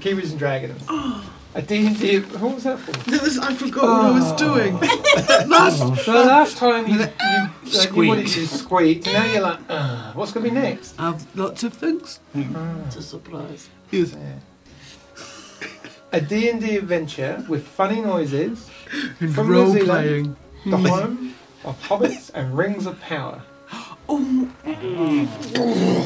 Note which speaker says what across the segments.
Speaker 1: Kiwis and Dragons. A D&D, who was that for?
Speaker 2: It was, I forgot what I was doing.
Speaker 1: Oh.
Speaker 2: Last,
Speaker 1: The last time you, you, like, you wanted
Speaker 3: Squeaked.
Speaker 1: to squeak, now you're like, "Ugh, what's going to be next?
Speaker 2: I've lots of things.
Speaker 4: It's a surprise.
Speaker 2: Yes.
Speaker 1: A D&D adventure with funny noises,
Speaker 2: And
Speaker 1: From New
Speaker 2: role
Speaker 1: Zealand.
Speaker 2: playing.
Speaker 1: the home of hobbits and rings of power. Oh.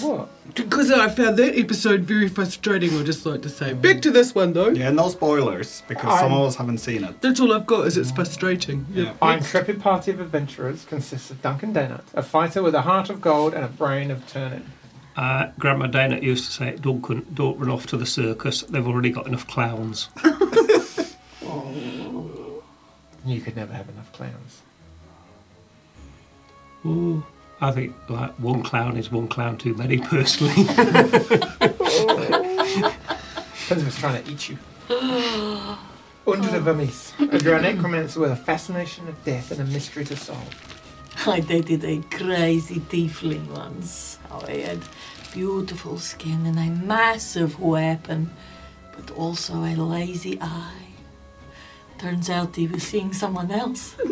Speaker 1: What?
Speaker 2: Because I found that episode very frustrating, I'd just like to say. Back to this one though.
Speaker 3: Yeah, no spoilers because some of us haven't seen it.
Speaker 2: That's all I've got is it's frustrating.
Speaker 3: Yeah.
Speaker 1: Our intrepid party of adventurers consists of Duncan Dennett, a fighter with a heart of gold and a brain of turning.
Speaker 5: Uh, Grandma Dana used to say, don't, con- don't run off to the circus, they've already got enough clowns.
Speaker 1: You could never have enough clowns.
Speaker 5: Ooh, I think like one clown is one clown too many, personally.
Speaker 1: Depends if it's trying to eat you. Under the Vermees, a necromancer with a fascination of death and a mystery to solve.
Speaker 4: I dated a crazy tiefling once. How I had beautiful skin and a massive weapon, but also a lazy eye. Turns out he was seeing someone else.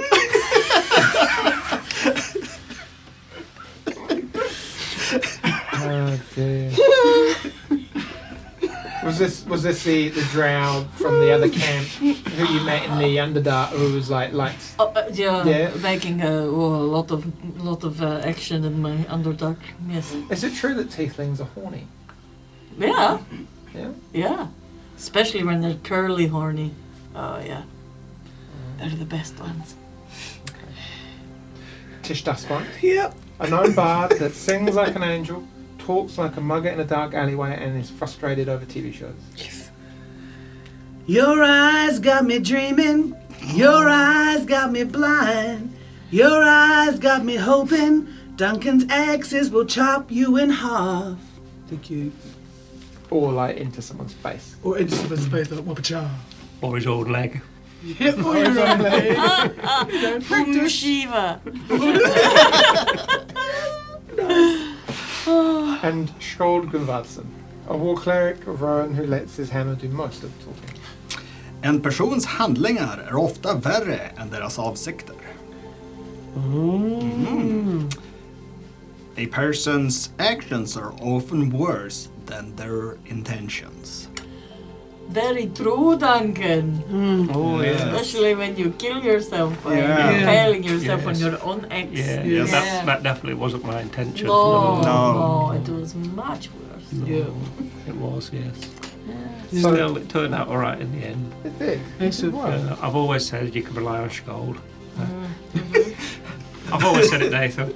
Speaker 1: Oh dear. was this was this the, the drow from the other camp who you met in the Underdark who was like like
Speaker 4: Oh, uh, yeah,
Speaker 1: Yeah.
Speaker 4: making a, oh, a lot of lot of uh, action in my underdog. Yes.
Speaker 1: Is it true that tieflings are horny?
Speaker 4: Yeah,
Speaker 1: Yeah?
Speaker 4: yeah. Especially when they're curly horny. Oh yeah. They're the best ones.
Speaker 1: Tish Dustbite.
Speaker 2: Yep.
Speaker 1: A known bard that sings like an angel, talks like a mugger in a dark alleyway, and is frustrated over TV shows.
Speaker 2: Your eyes got me dreaming. Your eyes got me blind. Your eyes got me hoping. Duncan's axes will chop you in half. Thank you.
Speaker 1: Or like into someone's face.
Speaker 2: Or into the space like Wapacha.
Speaker 5: or his own leg.
Speaker 1: Oh,
Speaker 2: Yeah, or your own leg.
Speaker 4: Ooh, Shiva.
Speaker 1: And Skjold Gunvardsson, a war cleric of Rowan who lets his hammer do most of the talking.
Speaker 3: En persons handlingar är ofta värre än deras avsikter. Mm. A person's actions are often worse than their intentions.
Speaker 4: Very true, Duncan.
Speaker 5: Oh,
Speaker 4: Especially when you kill yourself by
Speaker 3: Yeah.
Speaker 4: impaling yourself on
Speaker 5: Yes.
Speaker 4: your own ex.
Speaker 5: Yeah,
Speaker 2: Yeah.
Speaker 5: That, that definitely wasn't my intention.
Speaker 4: No,
Speaker 3: No.
Speaker 4: no, it was much worse.
Speaker 2: Yeah.
Speaker 5: It was, yes.
Speaker 1: So-
Speaker 5: Still, it turned out all right in the end.
Speaker 1: It did.
Speaker 2: Excellent.
Speaker 1: Oh.
Speaker 5: Uh, I've always said you can rely on Scold.
Speaker 2: Mm.
Speaker 5: I've always said it, Nathan.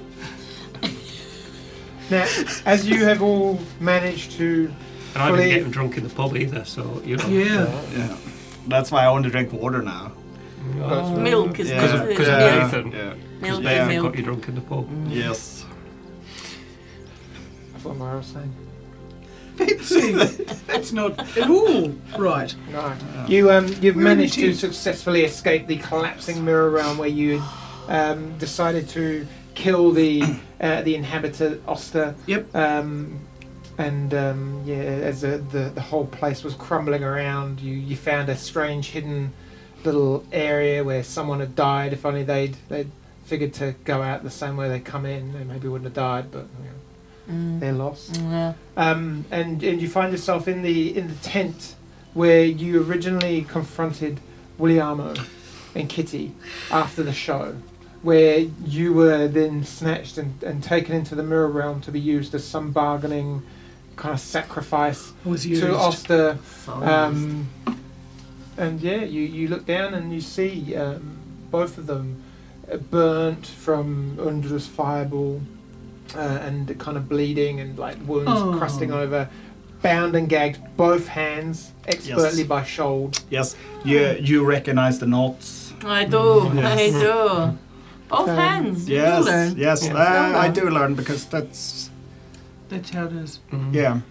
Speaker 1: Now, as you have all managed to
Speaker 5: And I didn't
Speaker 1: Believe-
Speaker 5: get him drunk in the pub either, so, you know.
Speaker 2: Yeah.
Speaker 3: Yeah. That's why I only drink water now.
Speaker 5: Oh,
Speaker 4: Milk is
Speaker 3: Yeah.
Speaker 4: good.
Speaker 5: Because of
Speaker 4: milk.
Speaker 5: Nathan.
Speaker 3: Yeah.
Speaker 4: Milk
Speaker 3: Yeah.
Speaker 4: is
Speaker 5: Nathan got
Speaker 4: milk.
Speaker 5: you drunk in the pub.
Speaker 3: Mm. Yes.
Speaker 1: That's what Mara was saying.
Speaker 2: Fancy. That's not at all right.
Speaker 1: No. You um you've
Speaker 2: We're
Speaker 1: managed
Speaker 2: in
Speaker 1: to
Speaker 2: a team.
Speaker 1: successfully escape the collapsing mirror realm where you um, decided to kill the uh, the inhabitant Oster.
Speaker 2: Yep.
Speaker 1: Um, and um, yeah, as the, the the whole place was crumbling around, you you found a strange hidden little area where someone had died. If only they'd they'd figured to go out the same way they come in, they maybe wouldn't have died, but you know, they're lost
Speaker 4: Yeah.
Speaker 1: um, and and you find yourself in the in the tent where you originally confronted Williamo and Kitty after the show, where you were then snatched and, and taken into the mirror realm to be used as some bargaining kind of sacrifice
Speaker 2: I was used.
Speaker 1: to Oster.
Speaker 4: So nice.
Speaker 1: Um, and yeah, you, you look down and you see um, both of them uh, burnt from under this fireball uh, and kind of bleeding and like wounds
Speaker 2: Oh.
Speaker 1: crusting over, bound and gagged, both hands expertly by Shold.
Speaker 3: Yes. You you recognize the knots.
Speaker 4: Mm. I do.
Speaker 3: Yes.
Speaker 4: I do. Both
Speaker 1: Um,
Speaker 4: hands. You
Speaker 3: Yes.
Speaker 4: learn.
Speaker 3: Yes.
Speaker 1: Yeah.
Speaker 3: I, I do learn because that's
Speaker 2: That's how it is.
Speaker 3: yeah.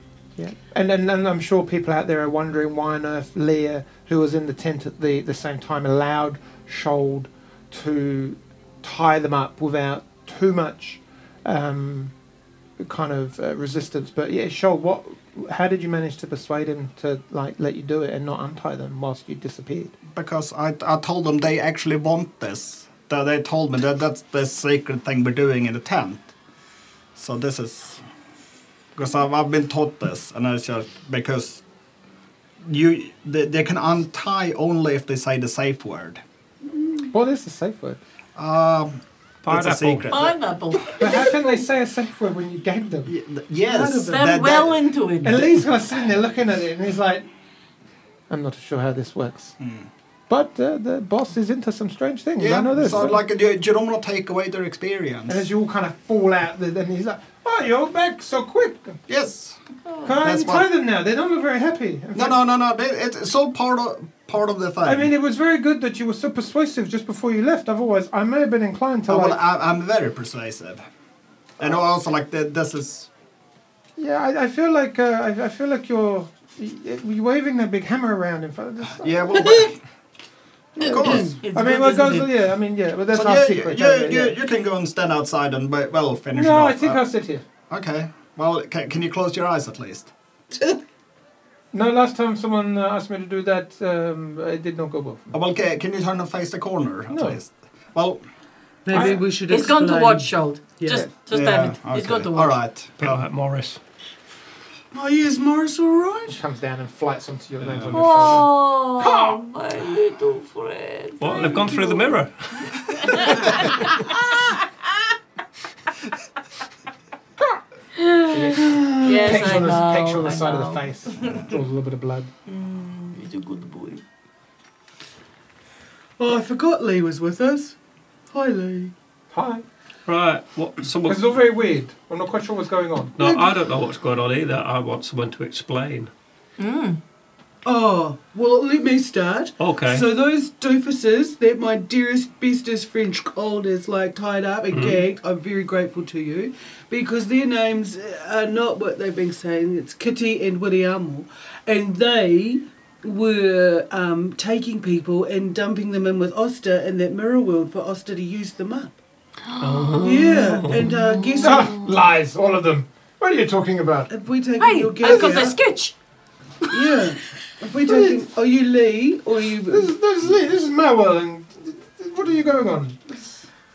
Speaker 1: And, and and I'm sure people out there are wondering why on earth Leah, who was in the tent at the, the same time, allowed Shold to tie them up without too much um, kind of uh, resistance. But yeah, Shold, what How did you manage to persuade him to like let you do it and not untie them whilst you disappeared?
Speaker 3: Because I, I told them they actually want this. They- They told me that that's the sacred thing we're doing in the tent. So this is because I've, I've been taught this, and I just because you they, they can untie only if they say the safe word.
Speaker 1: What is the safe word?
Speaker 3: Um, That's a secret.
Speaker 4: Pineapple.
Speaker 1: But how can they say a safe word when you gave them?
Speaker 3: y- th- yes,
Speaker 4: They're well into it.
Speaker 1: And Lee's kind of sitting there looking at it, and he's like, "I'm not sure how this works." But uh, the boss is into some strange things. I know
Speaker 3: yeah.
Speaker 1: this.
Speaker 3: So like you, you don't want to take away their experience.
Speaker 1: and as you all kind of fall out, th- then he's like, "Oh, you're back so quick! Can
Speaker 3: Yes.
Speaker 1: I untie
Speaker 3: That's what-
Speaker 1: them now? They're not very happy." In
Speaker 3: No,
Speaker 1: fact,
Speaker 3: no, no, no. It, it's all part of part of the thing.
Speaker 1: I mean, it was very good that you were so persuasive just before you left. Otherwise, I may have been inclined to
Speaker 3: Oh,
Speaker 1: like,
Speaker 3: well, I, I'm very persuasive, and also like th this is
Speaker 1: yeah, I, I feel like uh, I, I feel like you're you're waving that big hammer around in front of this.
Speaker 3: yeah. Well, but,
Speaker 4: It's
Speaker 3: of course.
Speaker 4: good,
Speaker 1: I mean,
Speaker 4: isn't
Speaker 1: well, it goes,
Speaker 4: it?
Speaker 1: yeah, I mean, yeah, but that's
Speaker 3: So
Speaker 1: our
Speaker 3: you,
Speaker 1: secret.
Speaker 3: you,
Speaker 1: don't we?
Speaker 3: you,
Speaker 1: Yeah.
Speaker 3: you can go and stand outside and we- well finish.
Speaker 1: No,
Speaker 3: it
Speaker 1: I
Speaker 3: off.
Speaker 1: think
Speaker 3: Uh,
Speaker 1: I'll sit here.
Speaker 3: Okay. Well, can, can you close your eyes at least?
Speaker 1: No, last time someone uh, asked me to do that, um, it did not go well. For me.
Speaker 3: Uh, Well, can, can you turn and face the corner at
Speaker 1: No.
Speaker 3: least? Well,
Speaker 2: Maybe we should
Speaker 4: It's gone to
Speaker 2: explain.
Speaker 4: watch show.
Speaker 2: Yeah.
Speaker 4: Just, just
Speaker 3: yeah,
Speaker 4: have it. It's
Speaker 3: okay.
Speaker 4: gone to
Speaker 3: All
Speaker 4: watch.
Speaker 3: right.
Speaker 5: Bit
Speaker 3: Uh,
Speaker 5: like Morris.
Speaker 2: Oh, is Morris alright?
Speaker 1: She comes down and flights onto your legs on your shoulder.
Speaker 4: Oh, my little friend.
Speaker 5: Well, they've gone through the mirror.
Speaker 4: Yes,
Speaker 1: Pecks
Speaker 4: I
Speaker 1: on, the,
Speaker 4: know.
Speaker 1: pecks you on the
Speaker 4: I
Speaker 1: side of
Speaker 4: know.
Speaker 1: the face, draws a little bit of blood.
Speaker 4: Mm, he's a good boy.
Speaker 2: Oh, I forgot Lee was with us. Hi, Lee.
Speaker 1: Hi.
Speaker 5: Right. What? Someone.
Speaker 1: This is all very weird. I'm not quite sure what's going on.
Speaker 5: No, I don't know what's going on either. I want someone to explain.
Speaker 4: Mm.
Speaker 2: Oh, well, let me start.
Speaker 5: Okay.
Speaker 2: So those doofuses that my dearest, bestest French cold is like tied up and gagged, I'm very grateful to you because their names are not what they've been saying. It's Kitty and Williamo. And they were um, taking people and dumping them in with Oster in that mirror world for Oster to use them up. Yeah, and uh, guess
Speaker 1: Ah.
Speaker 2: what?
Speaker 1: lies, all of them. What are you talking about?
Speaker 2: If we take
Speaker 4: Hey,
Speaker 2: your
Speaker 4: I've
Speaker 2: guess,
Speaker 4: got the sketch.
Speaker 2: yeah. If we take, are you Lee or you?
Speaker 1: This is, this is, Lee, this is my world, and what are you going on?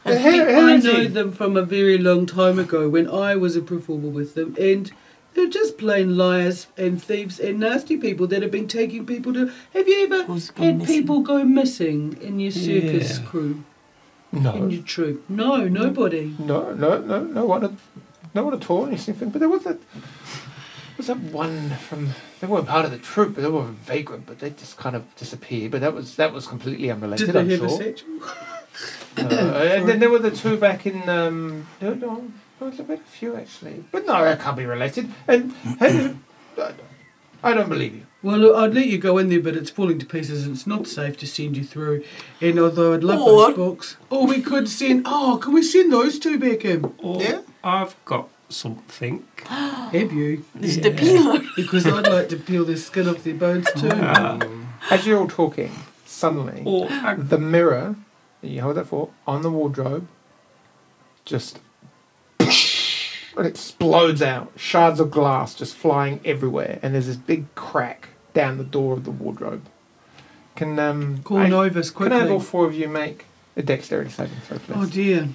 Speaker 1: The
Speaker 4: I
Speaker 1: hair,
Speaker 2: I
Speaker 1: hair is
Speaker 2: know
Speaker 1: he?
Speaker 2: them from a very long time ago when I was a performer with them, and they're just plain liars and thieves and nasty people that have been taking people to. Have you ever
Speaker 4: Who's gone
Speaker 2: had
Speaker 4: missing?
Speaker 2: people go missing in your circus
Speaker 5: Yeah.
Speaker 2: crew, in
Speaker 1: No,
Speaker 2: your troupe? No, nobody.
Speaker 1: no, no, no, no one, at, no one at all. And you see, but there was that, was that one from. They weren't part of the troop, but they were a vagrant. But they just kind of disappeared. But that was that was completely unrelated.
Speaker 2: Did they
Speaker 1: I'm
Speaker 2: have a
Speaker 1: sure.
Speaker 2: sexual?
Speaker 1: Uh, and then there were the two back in. Um, no, no, no, there were a few actually, but no, that can't be related. And hey, I- I don't believe you.
Speaker 2: Well, look, I'd let you go in there, but it's falling to pieces and it's not safe to send you through. And although I'd love
Speaker 4: Or-
Speaker 2: those books, or we could send. Oh, can we send those two back in?
Speaker 5: Or
Speaker 3: Yeah.
Speaker 5: Oh, I've got something.
Speaker 2: Have you?
Speaker 4: This is the peeler.
Speaker 2: Because I'd like to peel the skin off their bones too.
Speaker 1: As you're all talking, suddenly
Speaker 5: Or I-
Speaker 1: the mirror that you hold that for on the wardrobe just it explodes out shards of glass just flying everywhere and there's this big crack down the door of the wardrobe can um
Speaker 2: Call
Speaker 1: I-
Speaker 2: Novus
Speaker 1: can I have
Speaker 2: quickly.
Speaker 1: all four of you make a dexterity saving throw
Speaker 2: Oh
Speaker 1: please
Speaker 2: dear.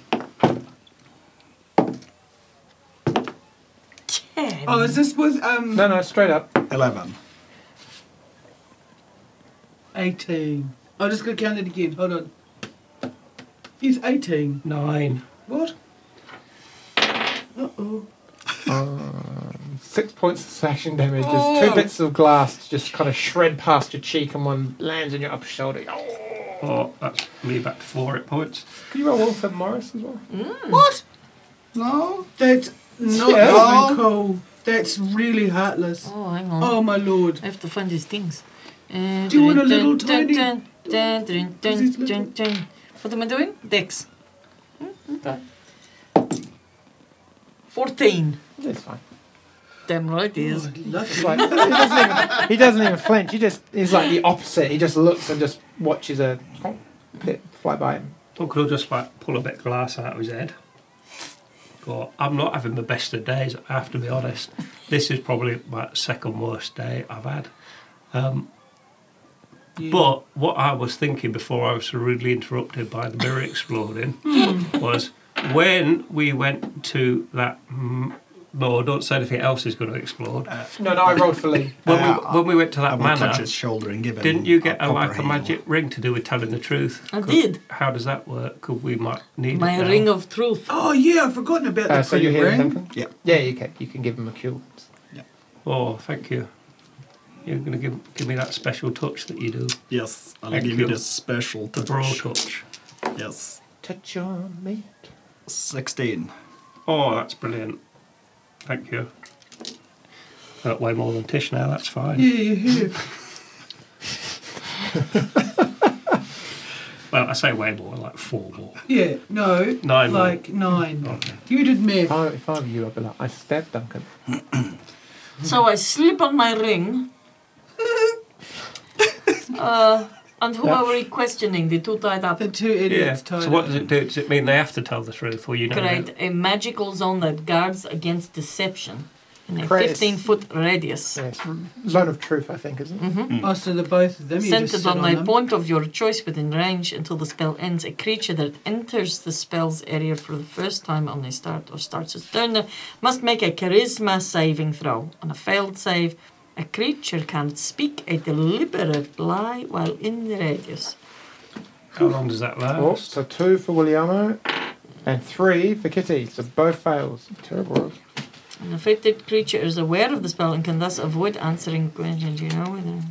Speaker 4: Ten.
Speaker 2: Oh, is this with um
Speaker 1: no no straight up
Speaker 3: Eleven.
Speaker 2: eighteen? I'm just gonna count it again. Hold on. He's eighteen.
Speaker 5: nine.
Speaker 2: What? Uh oh.
Speaker 1: six points of slashing damage There's
Speaker 2: Oh.
Speaker 1: two bits of glass just kind of shred past your cheek and one lands on your upper shoulder
Speaker 5: Oh, that's me back to four at points.
Speaker 1: can you roll one for Morris as well
Speaker 2: What?
Speaker 3: No.
Speaker 2: That's not
Speaker 1: Yeah.
Speaker 2: even cool. That's really heartless.
Speaker 4: Oh, hang on.
Speaker 2: Oh my lord.
Speaker 4: I have to find these things. Eh, Do
Speaker 2: you want a little tiny- Is it little?
Speaker 4: What am I doing? Dex. Hmm, okay. Fourteen.
Speaker 1: it's fine
Speaker 4: Damn right it
Speaker 2: Oh,
Speaker 4: is.
Speaker 1: It's
Speaker 2: Lucky.
Speaker 1: like, he, doesn't even, he doesn't even flinch. He just he's like the opposite. He just looks and just watches a bit fly by him.
Speaker 5: Or could I just like pull a bit of glass out of his head? go, I'm not having the best of days, I have to be honest. This is probably my second worst day I've had. Um,
Speaker 1: You-
Speaker 5: But what I was thinking before I was so rudely interrupted by the mirror exploding
Speaker 6: Hmm.
Speaker 5: was when we went to that. Mm, no, don't say anything else is going to explode.
Speaker 1: no, no, I rolled for Lee.
Speaker 5: When,
Speaker 3: Uh,
Speaker 5: we, when we went to
Speaker 3: I
Speaker 5: that
Speaker 3: will
Speaker 5: manor,
Speaker 3: touch his shoulder and give him.
Speaker 5: didn't you get a,
Speaker 3: proper
Speaker 5: like a
Speaker 3: heal.
Speaker 5: magic ring to do with telling the truth?
Speaker 6: I
Speaker 2: Oh,
Speaker 5: Could-
Speaker 6: did.
Speaker 5: How does that work? Could we might need
Speaker 6: My
Speaker 5: it now?
Speaker 6: ring of truth.
Speaker 2: Oh yeah, I've forgotten about
Speaker 1: Uh,
Speaker 2: that.
Speaker 1: so you hear
Speaker 2: ring.
Speaker 1: something?
Speaker 3: Yeah.
Speaker 1: Yeah, you can. You can give him a cure.
Speaker 5: Oh, thank you. You're going to give give me that special touch that you do,
Speaker 3: Yes, I'll
Speaker 5: Thank
Speaker 3: give
Speaker 5: you.
Speaker 3: you the special
Speaker 5: the
Speaker 3: touch.
Speaker 5: bro touch.
Speaker 3: Yes,
Speaker 1: Touch on me.
Speaker 3: sixteen.
Speaker 5: Oh, that's brilliant. Thank you. That way more than Tish now. That's fine.
Speaker 2: Yeah, yeah, yeah.
Speaker 5: Well, I say way more, like four more.
Speaker 2: yeah. No,
Speaker 5: Nine more.
Speaker 2: like nine.
Speaker 5: Okay.
Speaker 2: You did
Speaker 1: If
Speaker 2: math.
Speaker 1: I, if I were you, I'd be like, I stabbed Duncan.
Speaker 6: So I slip on my ring. uh, and who are we questioning? The two tied up.
Speaker 2: The two idiots tied
Speaker 5: So what
Speaker 2: up.
Speaker 5: does it do? Does it mean they have to tell the truth, or you know?
Speaker 6: Create a magical zone that guards against deception in a
Speaker 1: Create-
Speaker 6: 15 foot radius.
Speaker 1: Yes. Zone of truth, I think, isn't it?
Speaker 2: Oh, so the both of them. You just
Speaker 6: Centered
Speaker 2: sit
Speaker 6: on my
Speaker 2: them.
Speaker 6: point of your choice within range until the spell ends, a creature that enters the spell's area for the first time on a start or starts its turn must make a charisma saving throw. On a failed save, a creature can speak a deliberate lie while in the radius.
Speaker 5: How long does that last?
Speaker 1: Oh, so two for Williamo and three for Kitty. So both fails. Terrible. rolls.
Speaker 6: An affected creature is aware of the spell and can thus avoid answering questions. You know whether.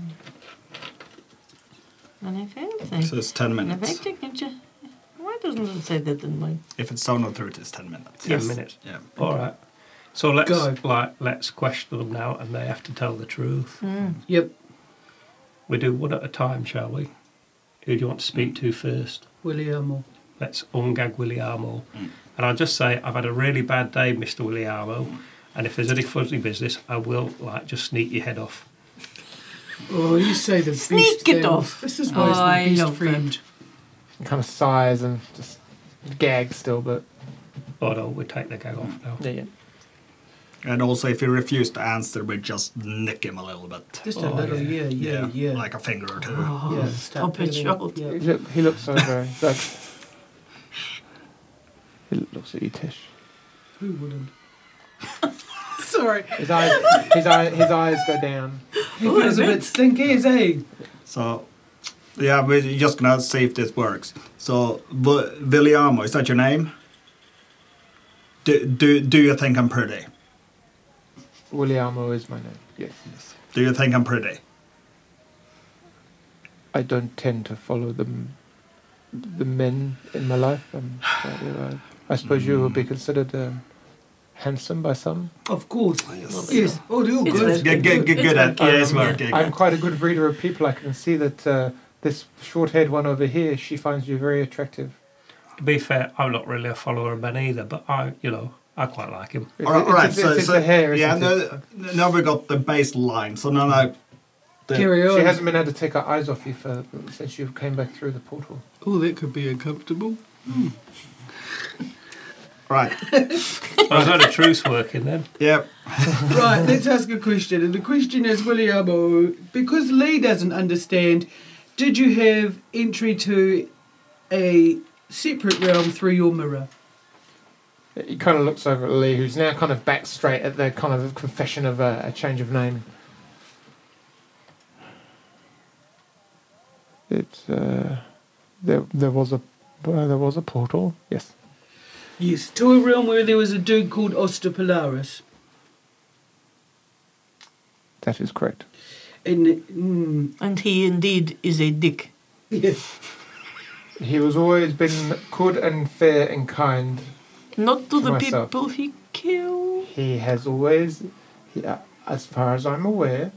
Speaker 6: And I failed save.
Speaker 3: So it's ten
Speaker 6: An
Speaker 3: minutes.
Speaker 6: affected creature. Why doesn't it say that in mine?
Speaker 3: If it's zone of truth, it's ten minutes.
Speaker 5: Ten minutes.
Speaker 3: Yeah.
Speaker 5: All right. So let's
Speaker 2: Go.
Speaker 5: like let's question them now, and they have to tell the truth.
Speaker 6: Mm.
Speaker 2: Yep.
Speaker 5: We do one at a time, shall we? Who do you want to speak to first?
Speaker 2: William. Or...
Speaker 5: Let's ungag Williamo. And I'll just say I've had a really bad day, Mr. Williamo. And if there's any fuzzy business, I will like just sneak your head off.
Speaker 2: Oh, you say the
Speaker 6: Sneak
Speaker 2: beast
Speaker 6: it
Speaker 2: thing.
Speaker 6: off.
Speaker 2: This is
Speaker 6: Oh,
Speaker 2: why
Speaker 6: I
Speaker 2: it's the
Speaker 6: love
Speaker 2: beast friend.
Speaker 1: Kind of sighs and just gags still, but
Speaker 5: Oh no, we take the gag off now.
Speaker 1: yeah, yeah.
Speaker 3: And also, if you refuse to answer, we just nick him a little bit.
Speaker 2: Just a
Speaker 5: Oh,
Speaker 2: little, yeah, yeah, yeah.
Speaker 3: Like a finger or two.
Speaker 2: yeah,
Speaker 6: stop it, Charlotte.
Speaker 1: He, look, he looks over. he's like, he looks at you, Tish.
Speaker 2: Who wouldn't? Sorry.
Speaker 1: His eyes, his, eye, his eyes go down.
Speaker 2: He feels a bit stinky, is he?
Speaker 3: So, yeah, we're just gonna see if this works. So, v- Williamo, is that your name? Do, do, do you think I'm pretty?
Speaker 1: Williamo is my name. Yes. yes.
Speaker 3: Do you think I'm pretty?
Speaker 1: I don't tend to follow the m- the men in my life. Um, I, I suppose you
Speaker 3: Hmm.
Speaker 1: would be considered um, handsome by some.
Speaker 2: Of course.
Speaker 3: Yes.
Speaker 2: Yes. Oh, they're all
Speaker 6: It's
Speaker 2: good.
Speaker 3: Good, good, good, good. at- Yeah, it's working.
Speaker 1: I'm quite a good reader of people. I can see that uh, this short-haired one over here, she finds you very attractive.
Speaker 5: To be fair, I'm not really a follower of Ben either, but I, you know, I quite like him.
Speaker 1: It's,
Speaker 3: All right, all right.
Speaker 1: It's,
Speaker 3: so,
Speaker 1: it's, it's
Speaker 3: so
Speaker 1: the hair,
Speaker 3: yeah,
Speaker 1: isn't it?
Speaker 3: no, now we got the baseline. So now, like, the,
Speaker 2: Carry on.
Speaker 1: She hasn't been able to take her eyes off you for since you came back through the portal.
Speaker 2: Oh, that could be uncomfortable.
Speaker 3: right?
Speaker 5: I was only truth working then.
Speaker 3: Yep.
Speaker 2: right, let's ask a question. And the question is, William, oh, because Lee doesn't understand, did you have entry to a separate realm through your mirror?
Speaker 1: He kind of looks over at Lee, who's now kind of back straight at the kind of confession of a, a change of name. It uh, there there was a uh, there was a portal. Yes.
Speaker 2: Yes, to a realm where there was a dude called Ostopolaris.
Speaker 1: That is correct.
Speaker 2: And mm,
Speaker 6: And he indeed is a dick.
Speaker 2: yes,
Speaker 1: He was always been good and fair and kind.
Speaker 6: Not to the
Speaker 1: Myself.
Speaker 6: people he killed.
Speaker 1: He has always, he, uh, as far as I'm aware,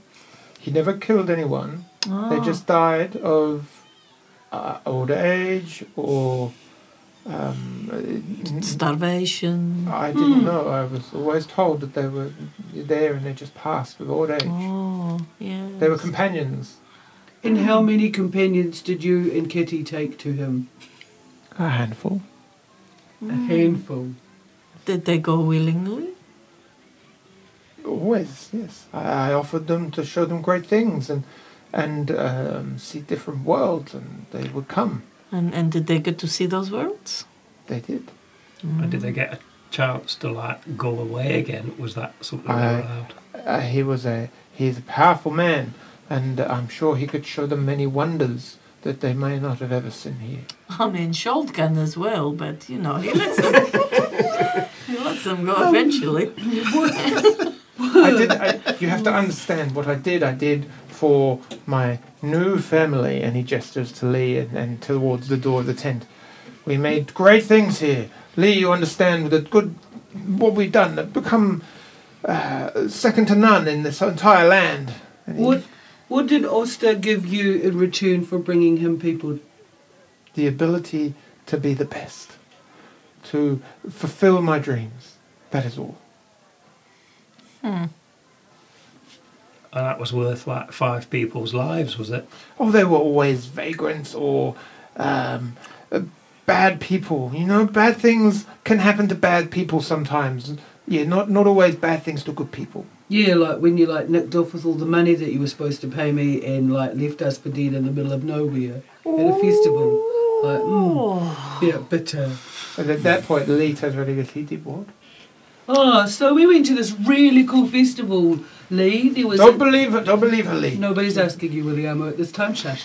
Speaker 1: he never killed anyone. They just died of uh, older age or. Um,
Speaker 6: Starvation.
Speaker 1: I didn't know. I was always told that they were there and they just passed with old age.
Speaker 6: Oh, yeah.
Speaker 1: They were companions.
Speaker 2: And how many companions did you and Kitty take to him?
Speaker 1: A handful.
Speaker 2: A handful.
Speaker 4: Did they go willingly?
Speaker 1: Always, yes. I, I offered them to show them great things and and um, see different worlds, and they would come.
Speaker 4: And, and did they get to see those worlds?
Speaker 1: They did.
Speaker 5: And did they get a chance to like go away again? Was that something they
Speaker 1: I-
Speaker 5: were allowed?
Speaker 1: Uh, he was a he's a powerful man, and I'm sure he could show them many wonders that they may not have ever seen here.
Speaker 4: I mean, Shold can as well, but you know, he lets them, he lets them go eventually.
Speaker 1: Hmm. I did. I, you have to understand what I did. I did for my new family, and he gestures to Lee and, and towards the door of the tent. We made great things here, Lee. You understand that good what we've done have become uh, second to none in this entire land. And he-
Speaker 2: What, what did Oster give you in return for bringing him people?
Speaker 1: the ability to be the best, to fulfill my dreams. That is all.
Speaker 5: And that was worth like five people's lives, was it?
Speaker 1: Oh, they were always vagrants or um, uh, bad people. You know, bad things can happen to bad people sometimes. Yeah, not not always bad things to good people.
Speaker 2: Yeah, like when you like nicked off with all the money that you were supposed to pay me and like left us for dead in the middle of nowhere at a festival. Like, mm,
Speaker 6: Oh.
Speaker 2: yeah, bitter.
Speaker 1: And at that point, Lee turns around and goes, "He did what?
Speaker 2: Oh, so we went to this really cool festival, Lee. There was
Speaker 1: Don't believe her. Don't believe her, Lee."
Speaker 2: Nobody's asking you, William, at this time, shush.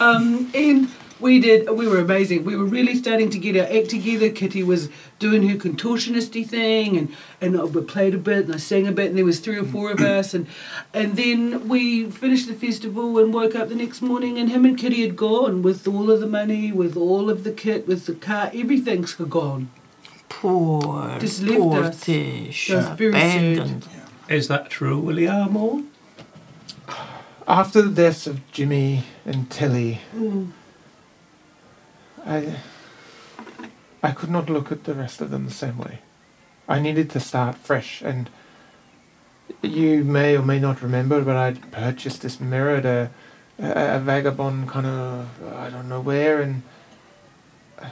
Speaker 2: Um, and we did, we were amazing. We were really starting to get our act together. Kitty was doing her contortionisty thing, and, and uh, we played a bit, and I sang a bit, and there was three or four of us. And, and then we finished the festival and woke up the next morning, and him and Kitty had gone with all of the money, with all of the kit, with the car, everything's gone.
Speaker 4: Poor,
Speaker 2: Just left
Speaker 4: poor
Speaker 2: us.
Speaker 4: Tish,
Speaker 2: That's very sad.
Speaker 4: abandoned.
Speaker 5: Is that true, Willie Armore?
Speaker 1: After the deaths of Jimmy and Tilly, I I could not look at the rest of them the same way. I needed to start fresh, and you may or may not remember, but I'd purchased this mirror at a, a, a vagabond kind of I don't know where, and I,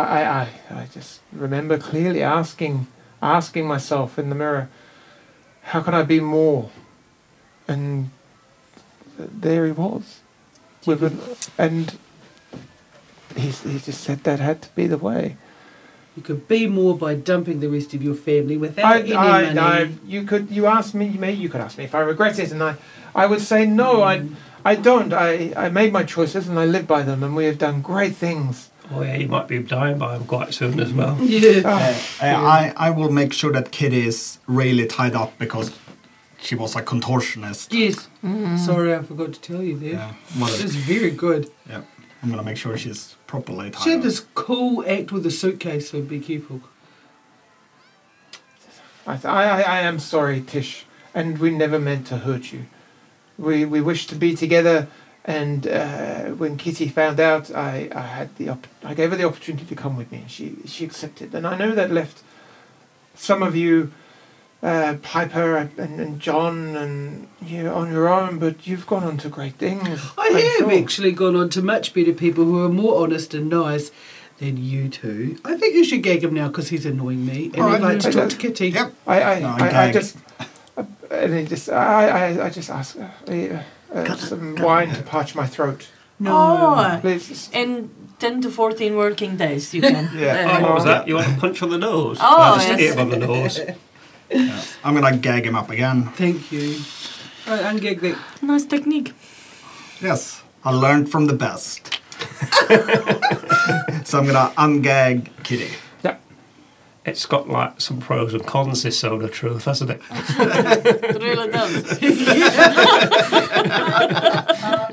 Speaker 1: I I I just remember clearly asking asking myself in the mirror, how can I be more? And there he was, with an, and he he just said that had to be the way.
Speaker 2: You could be more by dumping the rest of your family without
Speaker 1: I,
Speaker 2: any
Speaker 1: I,
Speaker 2: money.
Speaker 1: I, you could you asked me, may you could ask me if I regret it, and I, I would say no, I, I don't. I, I made my choices and I live by them, and we have done great things.
Speaker 5: Oh yeah, you might be dying by him quite soon as well.
Speaker 2: Yeah.
Speaker 1: Ah,
Speaker 3: Uh, I, I will make sure that Kitty is really tied up because she was a contortionist.
Speaker 2: Yes.
Speaker 1: Uh,
Speaker 2: Sorry, I forgot to tell you there.
Speaker 3: Yeah, what
Speaker 2: It
Speaker 3: a-
Speaker 2: was very good.
Speaker 3: yeah. I'm gonna make sure she's properly tied
Speaker 2: She had
Speaker 3: up.
Speaker 2: this cool act with a suitcase, so be careful.
Speaker 1: I, th- I, I, I am sorry, Tish, and we never meant to hurt you. We, we wished to be together, and uh, when Kitty found out, I, I had the op- I gave her the opportunity to come with me, and she she accepted. And I know that left some of you, uh, Piper and, and John, and you on your own, but you've gone on to great things.
Speaker 2: I
Speaker 1: I'm
Speaker 2: have
Speaker 1: sure.
Speaker 2: actually gone on to much better people who are more honest and nice than you two. I think you should gag him now because he's annoying me. And I'd
Speaker 3: Alright,
Speaker 2: like to
Speaker 1: I
Speaker 2: talk
Speaker 1: don't-
Speaker 2: to Kitty.
Speaker 3: Yep.
Speaker 1: I I,
Speaker 3: No,
Speaker 1: I, I
Speaker 3: gagged.
Speaker 1: just uh, and I just I I, I just ask uh, uh, some wine to parch my throat.
Speaker 4: Oh,
Speaker 1: Please,
Speaker 4: in 10 to 14 working days, you can.
Speaker 1: Yeah.
Speaker 5: Oh,
Speaker 4: uh,
Speaker 5: what was
Speaker 1: Yeah.
Speaker 5: that? You want a punch on the nose?
Speaker 4: Oh,
Speaker 5: I just
Speaker 4: yes.
Speaker 5: hit him on the nose.
Speaker 3: Yeah. I'm gonna gag him up again.
Speaker 2: Thank you. Right, ungag that.
Speaker 4: Nice technique.
Speaker 3: Yes, I learned from the best. so I'm gonna ungag Kitty.
Speaker 1: yeah.
Speaker 5: It's got like some pros and cons. This soda truth, hasn't it?
Speaker 4: It really does.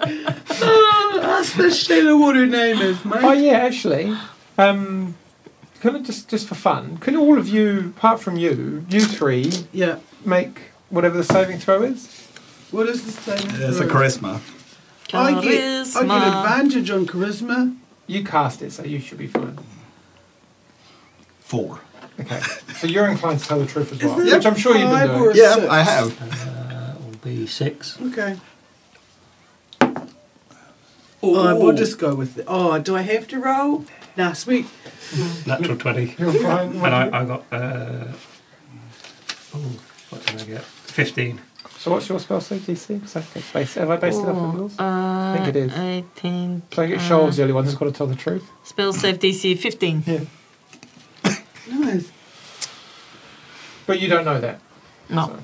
Speaker 2: Oh, ask the Sheila what her name is, mate.
Speaker 1: Oh yeah, actually, um, can I just just for fun? Can all of you, apart from you, you three,
Speaker 2: yeah.
Speaker 1: make whatever the saving throw is?
Speaker 2: What is this thing?
Speaker 3: It's a charisma.
Speaker 2: I get, I get
Speaker 4: Charisma.
Speaker 2: advantage on charisma.
Speaker 1: You cast it, so you should be fine.
Speaker 3: Four.
Speaker 1: Okay, so you're inclined to tell the truth as well,
Speaker 2: Isn't
Speaker 1: which I'm sure you've
Speaker 2: five
Speaker 1: been
Speaker 2: or
Speaker 1: doing.
Speaker 2: a
Speaker 3: Yeah,
Speaker 2: six?
Speaker 3: I have.
Speaker 5: That will be six.
Speaker 2: Okay.
Speaker 5: Oh,
Speaker 2: I will just go with. Oh, do I oh, have to roll? Nah, sweet.
Speaker 5: Natural 20.
Speaker 1: You'll find
Speaker 5: And I, I got, uh, oh, what did I get? 15.
Speaker 1: So what's your spell save DC? Because I think base, have I based it off of yours?
Speaker 6: I
Speaker 1: think it is.
Speaker 6: I think.
Speaker 1: So I get
Speaker 6: uh,
Speaker 1: Shoal's the only one that's got to tell the truth.
Speaker 6: Spell save DC 15.
Speaker 1: Yeah.
Speaker 2: Nice.
Speaker 1: But you don't know that.
Speaker 6: No.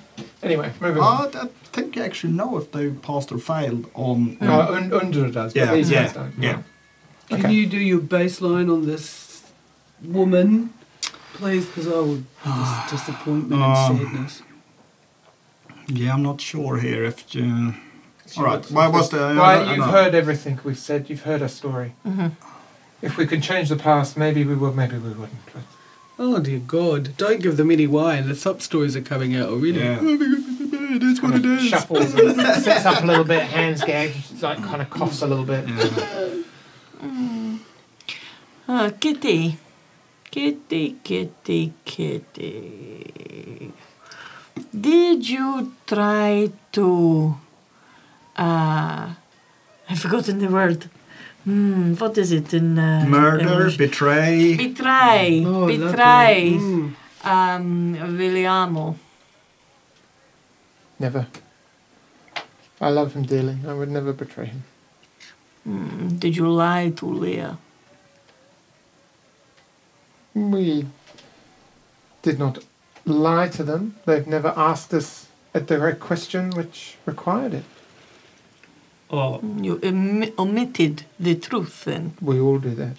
Speaker 1: Anyway, moving on.
Speaker 3: I, I think you actually know if they passed or failed on. uh,
Speaker 1: No, Uh, Un- Undra does, but
Speaker 3: Yeah,
Speaker 1: these
Speaker 3: yeah,
Speaker 1: guys don't.
Speaker 3: yeah.
Speaker 2: Can
Speaker 1: Okay.
Speaker 2: you do your baseline on this woman, please? Because I would this disappointment and
Speaker 3: Um,
Speaker 2: sadness.
Speaker 3: Yeah, I'm not sure here if. You...
Speaker 1: She
Speaker 3: All right.
Speaker 1: looks-
Speaker 3: Why was the? uh,
Speaker 1: Right,
Speaker 3: I
Speaker 1: you've
Speaker 3: know.
Speaker 1: heard everything we've said. You've heard our story. If we could change the past, maybe we would, maybe we wouldn't. But
Speaker 2: Oh dear God! Don't give them any wine. The sub stories are coming out already.
Speaker 3: Yeah. It is what it
Speaker 1: kinda
Speaker 3: is.
Speaker 1: shuffles, and sits up a little bit, hands gagged, like kind of coughs a little bit.
Speaker 3: Yeah.
Speaker 6: Uh, kitty. Kitty, kitty, kitty. Did you try to. Uh, I've forgotten the word. Hmm, what is it in. Uh,
Speaker 3: Murder,
Speaker 6: English?
Speaker 3: betray.
Speaker 6: Betray.
Speaker 2: Oh, lovely.
Speaker 6: betray.
Speaker 2: Mm.
Speaker 6: Um, Williamo.
Speaker 1: Never. I love him dearly. I would never betray him.
Speaker 6: Mm, did you lie to Leah?
Speaker 1: We did not lie to them. They've never asked us a direct question which required it.
Speaker 5: Or
Speaker 6: Hmm, You omi- omitted the truth then.
Speaker 1: We all do that.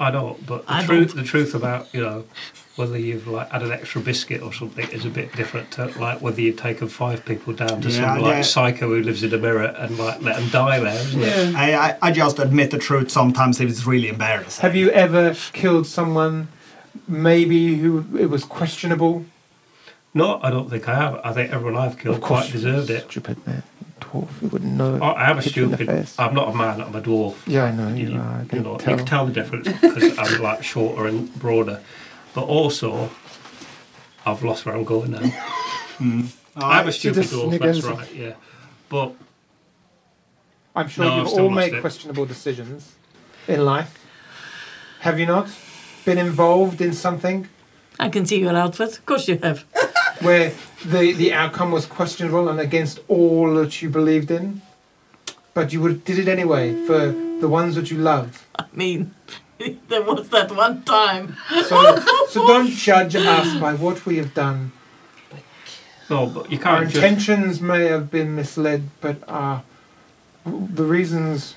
Speaker 5: I don't, but the
Speaker 6: I
Speaker 5: truth, the truth about you know whether you've like had an extra biscuit or something is a bit different to like whether you've taken five people down to
Speaker 3: Yeah,
Speaker 5: some like
Speaker 3: yeah.
Speaker 5: psycho who lives in a mirror and like let them die there, isn't it?
Speaker 3: I, I, I just admit the truth sometimes if it's really embarrassing.
Speaker 1: Have you ever killed someone, maybe who it was questionable?
Speaker 5: No, I don't think I have. I think everyone I've killed quite deserved it.
Speaker 1: Stupid man, dwarf. You wouldn't know.
Speaker 5: I, I am a
Speaker 1: Hit you in the
Speaker 5: stupid.
Speaker 1: face.
Speaker 5: I'm not a man. I'm a dwarf.
Speaker 1: yeah, I know
Speaker 5: You,
Speaker 1: you, are. I
Speaker 5: you
Speaker 1: can
Speaker 5: know, you
Speaker 1: tell.
Speaker 5: can tell the difference because I'm like shorter and broader, but also I've lost where I'm going now. I'm a
Speaker 1: Mm.
Speaker 5: stupid
Speaker 1: just
Speaker 5: dwarf. That's
Speaker 1: niggas.
Speaker 5: right. Yeah, but
Speaker 1: I'm sure
Speaker 5: No, I've
Speaker 1: you've
Speaker 5: still
Speaker 1: all
Speaker 5: lost
Speaker 1: made
Speaker 5: it.
Speaker 1: questionable decisions in life. Have you not been involved in something
Speaker 6: I can see your outfit. Of course you have.
Speaker 1: where the, the outcome was questionable and against all that you believed in, but you would, did it anyway for the ones that you love?
Speaker 6: I mean, there was that one time.
Speaker 1: So, so don't judge us by what we have done.
Speaker 5: no, but you
Speaker 1: Our
Speaker 5: can't just
Speaker 1: intentions may have been misled, but uh, the reasons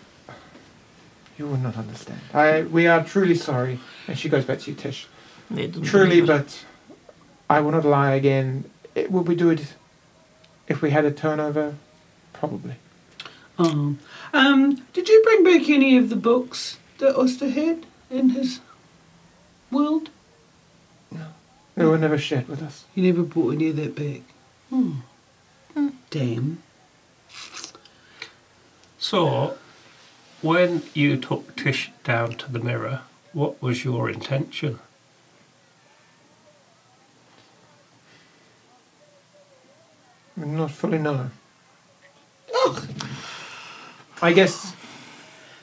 Speaker 1: you will not understand. I, we are truly sorry. And she goes back to you, Tish.
Speaker 6: They don't
Speaker 1: Truly,
Speaker 6: believe it.
Speaker 1: but I will not lie again. It, would we do it if we had a turnover? Probably.
Speaker 2: Oh. Um, did you bring back any of the books that Oster had in his world?
Speaker 1: They were never shared with us.
Speaker 2: You never brought any of that back. Hmm. Damn.
Speaker 5: So, when you took Tish down to the mirror, what was your intention?
Speaker 1: Not fully, no. I guess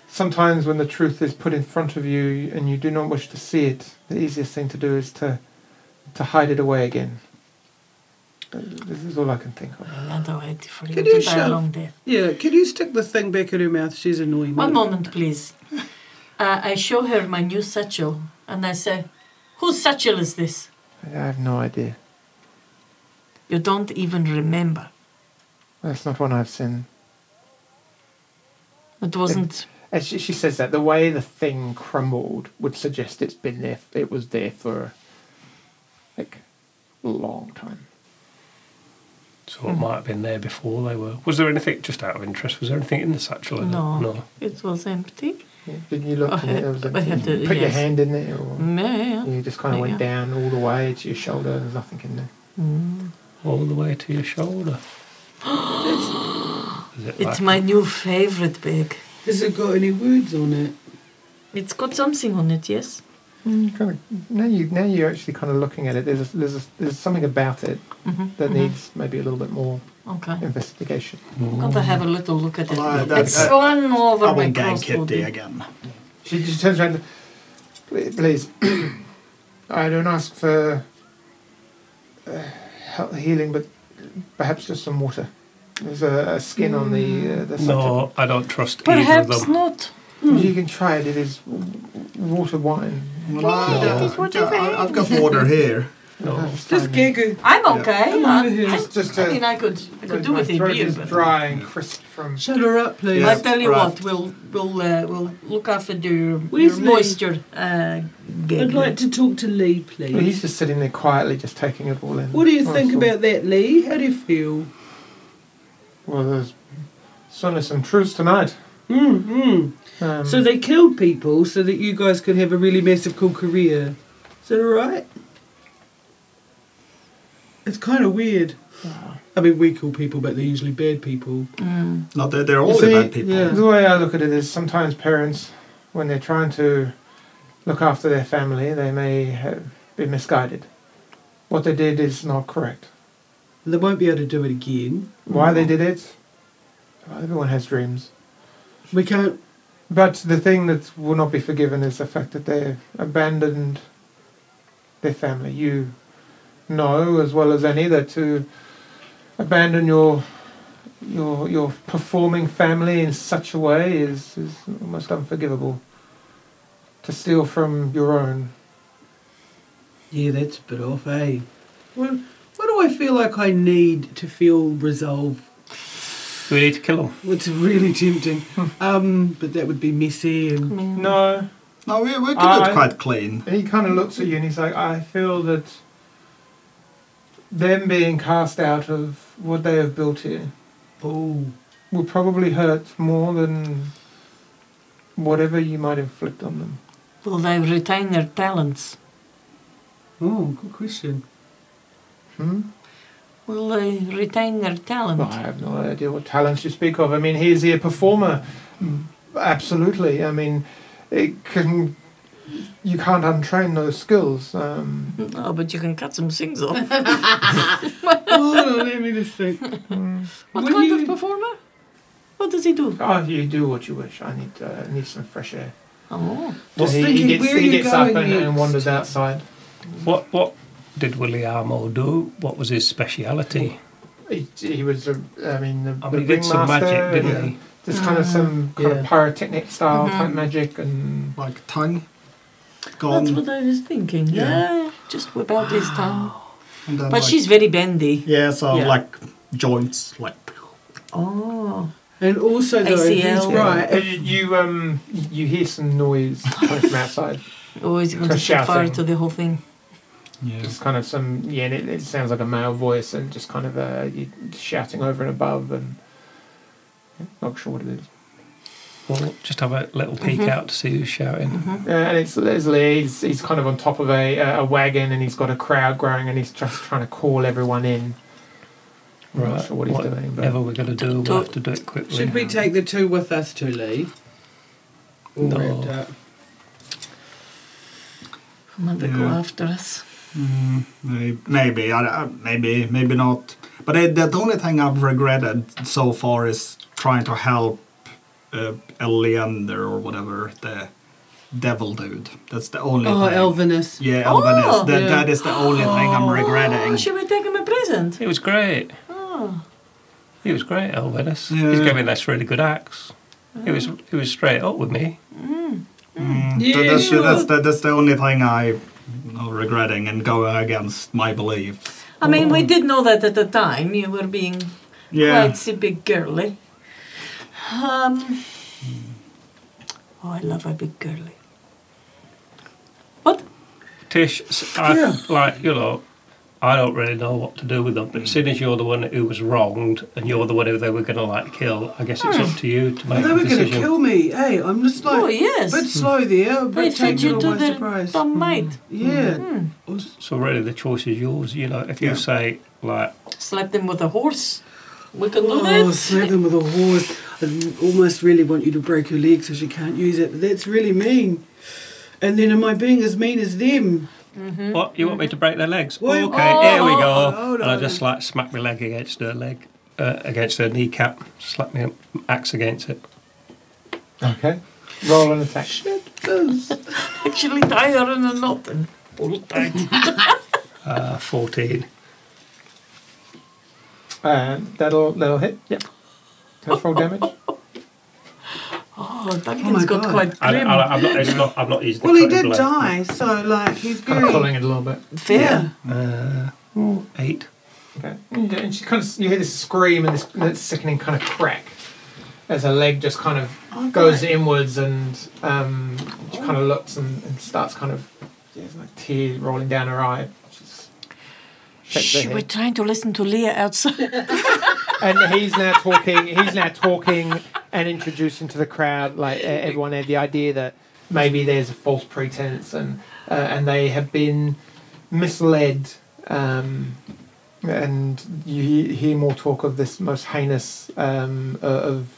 Speaker 1: sometimes when the truth is put in front of you and you do not wish to see it, the easiest thing to do is to to hide it away again. Uh, This is all I can think of.
Speaker 6: Well, I don't wait for you
Speaker 2: Could
Speaker 6: to
Speaker 2: you
Speaker 6: die a
Speaker 2: shove-
Speaker 6: long death.
Speaker 2: Yeah, can you stick the thing back in her mouth? She's annoying
Speaker 6: One
Speaker 2: me.
Speaker 6: moment, please. Uh, I show her my new satchel and I say, Whose satchel is this?
Speaker 1: I have no idea.
Speaker 6: You don't even remember.
Speaker 1: That's not one I've seen.
Speaker 6: It wasn't.
Speaker 1: As she, she says that, the way the thing crumbled would suggest it's been there. It was there for like a long time.
Speaker 5: So
Speaker 1: Hmm.
Speaker 5: it might have been there before they were. Was there anything, just out of interest, was there anything in the satchel? I don't-
Speaker 6: No.
Speaker 5: No.
Speaker 6: It was empty.
Speaker 1: Yeah, Didn't you look?
Speaker 6: Oh,
Speaker 1: and it was
Speaker 6: I have to-
Speaker 1: empty? put your
Speaker 6: yes.
Speaker 1: hand in there. Or?
Speaker 6: Yeah.
Speaker 1: You just kind of went down all the way to your shoulder. There's nothing in there.
Speaker 5: All the way to your shoulder. Is it
Speaker 6: It's
Speaker 5: like-
Speaker 6: my new favorite bag.
Speaker 2: Has it got any words on it?
Speaker 6: It's got something on it, yes?
Speaker 1: Kind of, now you now you're actually kind of looking at it. There's a, there's a, there's something about it that needs maybe a little bit more
Speaker 6: Okay.
Speaker 1: investigation.
Speaker 6: I'm going to have a little look at it.
Speaker 3: Well, I- that-
Speaker 6: it's
Speaker 3: that-
Speaker 6: slung over
Speaker 3: I
Speaker 6: my
Speaker 3: won't gang
Speaker 6: crossbody.
Speaker 3: Kitty again.
Speaker 1: She She just turns around. "Pl- Please, I don't ask for uh, hel- healing, but perhaps just some water. There's a, a skin on the uh, the subject.
Speaker 5: No, I don't trust either of
Speaker 4: Perhaps
Speaker 5: them.
Speaker 4: not.
Speaker 1: You can try it. It is w- w- water wine.
Speaker 3: Well, I, I, I've got water here.
Speaker 5: No.
Speaker 1: It's
Speaker 2: Just
Speaker 1: fine.
Speaker 2: giggle.
Speaker 6: I'm
Speaker 3: Yeah.
Speaker 6: okay.
Speaker 2: Come
Speaker 6: I,
Speaker 2: over here.
Speaker 6: I-
Speaker 1: Just, just
Speaker 6: I
Speaker 1: uh,
Speaker 6: mean, I could, I could do
Speaker 1: my
Speaker 6: with it
Speaker 1: throat
Speaker 6: beer,
Speaker 1: is
Speaker 6: but
Speaker 1: dry and crisp from.
Speaker 2: Shut her up, please.
Speaker 3: Yeah.
Speaker 6: I tell you
Speaker 3: right.
Speaker 6: what, we'll we'll uh, we'll look after your, your
Speaker 2: Where's Lee?
Speaker 6: moisture. Uh,
Speaker 2: I'd
Speaker 6: gig.
Speaker 2: like to talk to Lee,
Speaker 1: Well,
Speaker 2: please.
Speaker 1: he's just sitting there quietly, just taking it all in.
Speaker 2: What do you
Speaker 1: Oh,
Speaker 2: think
Speaker 1: so-
Speaker 2: about that, Lee? How do you feel?
Speaker 1: Well, there's certainly some truths tonight.
Speaker 2: Mm, mm.
Speaker 1: Um,
Speaker 2: So they killed people so that you guys could have a really massive cool career. Is that alright? It's kind of weird. I mean, we kill people, but they're usually bad people.
Speaker 3: No, they're, they're
Speaker 1: You
Speaker 3: all
Speaker 1: see,
Speaker 3: bad people.
Speaker 2: yeah.
Speaker 1: The way I look at it is sometimes parents, when they're trying to look after their family, they may have be misguided. What they did is not correct.
Speaker 2: They won't be able to do it again.
Speaker 1: Why they did it? well, Everyone has dreams.
Speaker 2: We can't.
Speaker 1: But the thing that will not be forgiven is the fact that they abandoned their family. You know as well as any that to abandon your your your performing family in such a way is, is almost unforgivable. To steal from your own.
Speaker 2: Yeah, that's a bit off, eh? What, what do I feel like I need to feel resolve?
Speaker 5: We need to kill them.
Speaker 2: It's really tempting. um, but that would be messy and.
Speaker 1: No.
Speaker 3: No, we, we can
Speaker 1: I-
Speaker 3: do it quite clean.
Speaker 1: And he kind of looks at you and he's like, I feel that them being cast out of what they have built here
Speaker 2: Oh.
Speaker 1: will probably hurt more than whatever you might inflict on them.
Speaker 6: will they retain their talents?
Speaker 2: Oh, good question.
Speaker 1: Hmm?
Speaker 6: Will they retain their talent?
Speaker 1: Well, I have no idea what talents you speak of. I mean, he is a performer, Mm, absolutely. I mean, it can you can't untrain those skills. Um,
Speaker 6: No, Oh, but you can cut some things off.
Speaker 2: Hold on, let me just think.
Speaker 6: What
Speaker 2: When
Speaker 6: kind
Speaker 2: you-
Speaker 6: of performer? What does he do?
Speaker 1: oh, you do what you wish. I need uh, need some fresh air.
Speaker 6: Oh,
Speaker 2: Just
Speaker 1: he,
Speaker 2: thinking,
Speaker 1: he gets,
Speaker 2: where
Speaker 1: he
Speaker 2: are you
Speaker 1: gets up and,
Speaker 2: going
Speaker 1: and
Speaker 2: next?
Speaker 1: wanders outside.
Speaker 5: What what did Willie Armo do? What was his speciality?
Speaker 1: He, he was, a, I mean, the,
Speaker 5: I
Speaker 1: the
Speaker 5: mean, Oh, he did some
Speaker 1: ringmaster
Speaker 5: magic, didn't
Speaker 1: and
Speaker 5: he?
Speaker 1: Just kind of some kind
Speaker 2: Ah, Yeah. Mm-hmm.
Speaker 1: of pyrotechnic style type magic and
Speaker 3: Like tongue,
Speaker 6: that's
Speaker 3: gone.
Speaker 6: what I was thinking. Yeah, just whip out his tongue.
Speaker 3: and then
Speaker 6: But
Speaker 3: like-
Speaker 6: she's very bendy.
Speaker 3: Yeah, so
Speaker 2: Yeah.
Speaker 3: like joints, like.
Speaker 6: Oh,
Speaker 2: And also, though, he's
Speaker 6: ACL.
Speaker 2: right.
Speaker 1: Uh,
Speaker 2: If
Speaker 1: You, you, um you hear some noise coming from outside.
Speaker 6: always Oh, going to set fire
Speaker 1: Shouting.
Speaker 6: to the whole thing.
Speaker 3: Yeah.
Speaker 1: Just kind of some yeah. and It, it sounds like a male voice and just kind of uh, you shouting over and above and not sure what it is.
Speaker 5: Well, just have a little peek out to see who's shouting.
Speaker 6: Mm-hmm.
Speaker 1: Uh, and it's Leslie. He's, he's kind of on top of a a wagon and he's got a crowd growing and he's just trying to call everyone in. I'm
Speaker 5: Right.
Speaker 1: not sure what he's doing, but
Speaker 5: Whatever we're going to do,
Speaker 6: Do-
Speaker 5: we'll have to do it quickly.
Speaker 2: Should we take the two with us to Lee? All
Speaker 5: No.
Speaker 2: wrapped up.
Speaker 6: And they go
Speaker 3: Yeah.
Speaker 6: after us.
Speaker 3: Mm, may- maybe, I, I- maybe, maybe not. But I, the only thing I've regretted so far is trying to help uh, Eleander or whatever the devil dude. That's the only.
Speaker 2: Oh,
Speaker 3: thing.
Speaker 2: Elvinus.
Speaker 3: Yeah, Elvinus.
Speaker 6: Oh,
Speaker 3: that,
Speaker 2: yeah.
Speaker 3: that is the only thing I'm regretting.
Speaker 6: Oh, should we take him a present?
Speaker 5: It was great.
Speaker 6: Oh,
Speaker 5: He was great, Elvinus. He's
Speaker 3: Yeah.
Speaker 5: giving us really good acts. He was he was straight up with me.
Speaker 3: Mm,
Speaker 2: Yeah,
Speaker 3: that- that's,
Speaker 2: you know.
Speaker 3: that's, that, that's the only thing I'm regretting and going against my beliefs.
Speaker 6: I mean, we did know that at the time. You were being
Speaker 3: Yeah.
Speaker 6: quite a bit girly. Um, oh, I love a big girly. What?
Speaker 5: Tish, s- I,
Speaker 2: Yeah.
Speaker 5: like you know, I don't really know what to do with them. But seeing as you're the one who was wronged and you're the one who they were going to like kill, I guess it's up to you to make
Speaker 2: Hmm. Oh, They
Speaker 5: the
Speaker 2: were going to
Speaker 5: decision.
Speaker 2: kill me. Hey, I'm just like.
Speaker 6: Oh, yes.
Speaker 2: A bit slow there. A
Speaker 6: They
Speaker 2: bit
Speaker 6: fed you
Speaker 2: taken
Speaker 6: to
Speaker 2: by
Speaker 6: the Hmm.
Speaker 2: surprise.
Speaker 4: Hmm.
Speaker 6: dumb maid.
Speaker 2: Yeah. I was-
Speaker 5: so really, the choice is yours. You know, if you
Speaker 3: Yeah.
Speaker 5: say like,
Speaker 6: Slapped him with a horse. We can do
Speaker 2: Oh,
Speaker 6: that.
Speaker 2: slap them with a horse. I almost really want you to break your leg so she can't use it, but that's really mean. And then am I being as mean as them?
Speaker 5: what you want me to break their legs? "Oh,
Speaker 2: Wait, oh,
Speaker 5: okay, here we go.
Speaker 2: hold
Speaker 5: and I
Speaker 2: on.
Speaker 5: just like smack my leg against her leg, uh, against her kneecap, slap my axe against it.
Speaker 1: okay. Roll an attack.
Speaker 2: Shit, is.
Speaker 4: Actually, tie her in a knot and pull tight.
Speaker 5: Uh, 14.
Speaker 1: Uh, that'll that'll hit. Yep. Let's roll damage.
Speaker 4: Oh, Duncan's
Speaker 2: my
Speaker 4: got
Speaker 2: God.
Speaker 4: quite
Speaker 5: I,
Speaker 4: grim.
Speaker 5: I, I'm, not, it's not, I'm not using
Speaker 2: Well, he
Speaker 5: the cutting
Speaker 2: did
Speaker 5: blade.
Speaker 2: die, so like he's
Speaker 1: Kind of
Speaker 2: very.
Speaker 1: pulling it a little bit.
Speaker 4: Fear.
Speaker 2: Yeah.
Speaker 5: Uh, ooh, 8.
Speaker 1: Okay. And, and she kind of you hear this scream and this, and this sickening kind of crack as her leg just kind of goes inwards and um, she kind of looks and, and starts kind of yeah, there's like tears rolling down her eye. She's shakes
Speaker 4: Shh,
Speaker 1: her
Speaker 4: we're
Speaker 1: head.
Speaker 4: trying to listen to Leah outside.
Speaker 1: and he's now talking. He's now talking and introducing to the crowd. Like e- everyone had the idea that maybe there's a false pretense, and uh, and they have been misled. Um, and you he- hear more talk of this most heinous um, o- of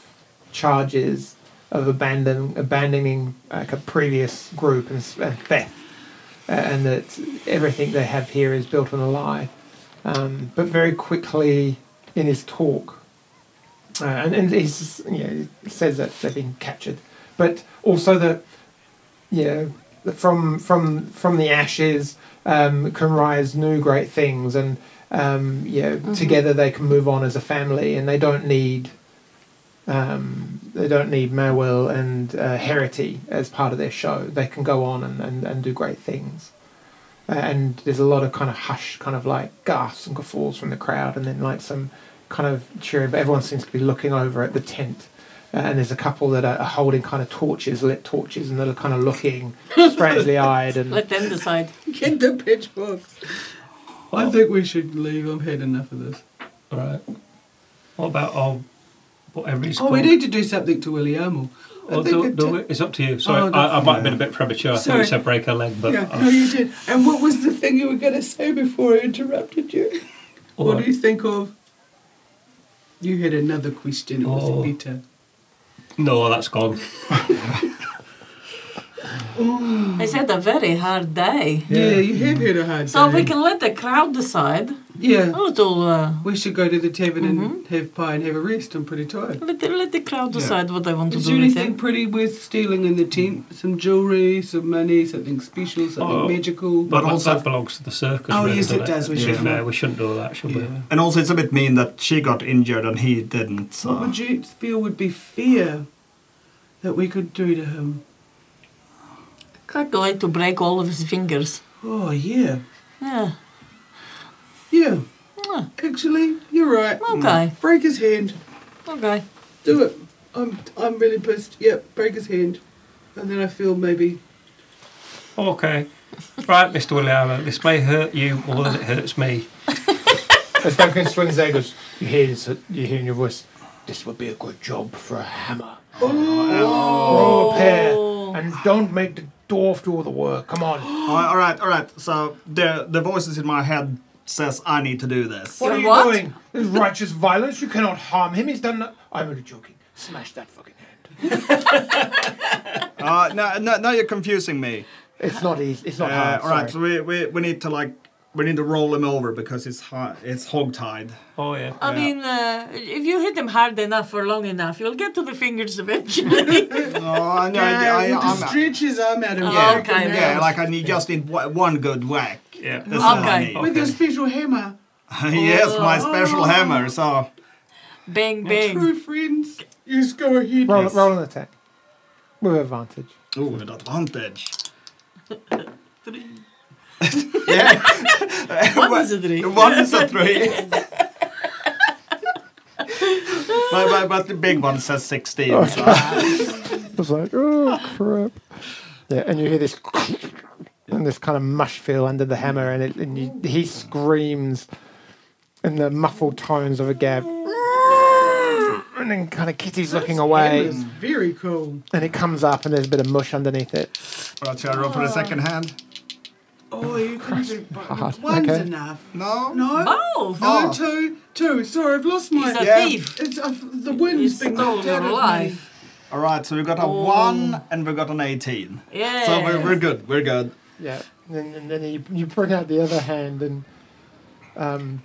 Speaker 1: charges of abandon abandoning like a previous group and, s- and theft, uh, and that everything they have here is built on a lie. Um, but very quickly, in his talk. Uh, and and he's, yeah, he says that they've been captured, but also that yeah, from from from the ashes um, can rise new great things, and um, yeah, together they can move on as a family, and they don't need um, they don't need Marwell and uh, Herity as part of their show. They can go on and, and, and do great things. Uh, and there's a lot of kind of hush, kind of like gasps and guffaws from the crowd, and then like some kind of cheering. But everyone seems to be looking over at the tent. Uh, and there's a couple that are, are holding kind of torches, lit torches, and that are kind of looking strangely eyed. And
Speaker 6: Let them decide.
Speaker 2: Get the Oh. pitchforks. I think we should leave. I've had enough of this.
Speaker 5: All right. What about oh, whatever he's
Speaker 2: Oh, we
Speaker 5: called?
Speaker 2: need to do something to William.
Speaker 5: Or do, do we- it's up to you. Sorry,
Speaker 2: Oh,
Speaker 5: I, I
Speaker 2: that's-
Speaker 5: might have been a bit premature. I thought
Speaker 2: Sorry.
Speaker 5: you said break her leg, but
Speaker 2: Yeah,
Speaker 5: uh,
Speaker 2: no, you did. And what was the thing you were going to say before I interrupted you?
Speaker 5: all
Speaker 2: What
Speaker 5: right.
Speaker 2: do you think of? You had another question. It
Speaker 5: Oh.
Speaker 2: was better.
Speaker 5: no, that's gone.
Speaker 6: It's had a very hard day.
Speaker 2: Yeah, you have had a hard
Speaker 6: So
Speaker 2: day.
Speaker 6: we can let the crowd decide. A
Speaker 2: Yeah,
Speaker 6: little, uh,
Speaker 2: we should go to the tavern
Speaker 6: Mm-hmm.
Speaker 2: and have pie and have a rest. I'm pretty tired.
Speaker 6: let, the, let the crowd
Speaker 3: Yeah.
Speaker 6: decide what they want to
Speaker 2: Is
Speaker 6: do
Speaker 2: there
Speaker 6: with
Speaker 2: anything
Speaker 6: them.
Speaker 2: pretty worth stealing in the tent? Some jewellery, some money, something special, something
Speaker 5: Oh.
Speaker 2: magical.
Speaker 5: But,
Speaker 3: also-
Speaker 5: that belongs to the circus.
Speaker 2: Oh,
Speaker 5: really,
Speaker 2: yes,
Speaker 5: doesn't
Speaker 2: it does. We
Speaker 5: To be
Speaker 2: shouldn't.
Speaker 5: fair, we shouldn't do that, should we?
Speaker 2: Yeah.
Speaker 3: And also, it's a bit mean that she got injured and he didn't. So.
Speaker 2: What would you feel would be fair that we could do to him?
Speaker 6: I'd like to break all of his fingers.
Speaker 2: Oh, yeah.
Speaker 6: Yeah.
Speaker 2: Yeah.
Speaker 6: Ah.
Speaker 2: Actually, you're right.
Speaker 6: Mm. Okay.
Speaker 2: Break his hand.
Speaker 6: Okay.
Speaker 2: Do it. I'm, I'm really pissed. Yep, break his hand. And then I feel maybe.
Speaker 5: Okay. Right, Mr. William, this may hurt you more than it
Speaker 2: Ah.
Speaker 5: hurts me.
Speaker 1: as Duncan swings there, he goes, you hear this, you hear in your voice, this would be a good job for a hammer. Oh, pair, and don't make the dwarf do all the work. Come on.
Speaker 3: All right, all right, all right. So the the voices in my head says I need to do this.
Speaker 1: What are you
Speaker 6: what?
Speaker 1: doing? This is righteous violence. You cannot harm him. He's done. No- I'm only joking. Smash that fucking hand.
Speaker 3: Uh, no, no, no, you're confusing me.
Speaker 1: It's not easy. It's not
Speaker 3: Uh,
Speaker 1: hard.
Speaker 3: all right, so we, we we need to like we need to roll him over because it's hot, it's hog tied.
Speaker 5: Oh, yeah.
Speaker 6: I
Speaker 3: Yeah.
Speaker 6: mean, uh, if you hit them hard enough for long enough, you'll get to the fingers eventually.
Speaker 3: Oh, I know, I, I, I'm-
Speaker 2: stretch his arm out of
Speaker 6: Yeah,
Speaker 2: break him
Speaker 6: Oh, okay,
Speaker 2: out.
Speaker 3: yeah, like I need just need wa- one good whack.
Speaker 5: yeah.
Speaker 3: That's all I
Speaker 6: Okay.
Speaker 3: need.
Speaker 2: With your
Speaker 5: Okay.
Speaker 2: special hammer.
Speaker 3: yes, my special hammer. So
Speaker 6: bang, bang.
Speaker 2: True friends. Yes, go ahead.
Speaker 1: Roll, roll an attack with advantage.
Speaker 3: ooh, with advantage. yeah,
Speaker 6: What was it, Ray?
Speaker 3: one is a three. but, but, but the big one says sixteen.
Speaker 1: Oh.
Speaker 3: so-
Speaker 1: It's like, oh crap. Yeah, and you hear this and this kind of mush feel under the hammer, and, it, and you, he screams in the muffled tones of a gab. And then kind of Kitty's looking away,
Speaker 2: It's very cool.
Speaker 1: and it comes up, and there's a bit of mush underneath it.
Speaker 3: Right, shall I roll for the second hand?
Speaker 2: Oh, you can do both.
Speaker 1: Hard,
Speaker 2: One's
Speaker 1: okay.
Speaker 2: enough.
Speaker 3: No.
Speaker 2: No.
Speaker 6: Both.
Speaker 2: No,
Speaker 3: Oh.
Speaker 2: two. Two. Sorry, I've lost my.
Speaker 6: He's a
Speaker 3: Yeah.
Speaker 6: thief.
Speaker 2: It's uh, the
Speaker 6: He
Speaker 2: wind's been
Speaker 6: stole
Speaker 2: knocked
Speaker 6: your
Speaker 2: out of me.
Speaker 6: life.
Speaker 3: All right, so we got a
Speaker 6: Oh.
Speaker 3: one and we got an eighteen.
Speaker 6: Yeah.
Speaker 3: So we're, we're good. We're good.
Speaker 1: Yeah, and, and then you, you bring out the other hand, and um,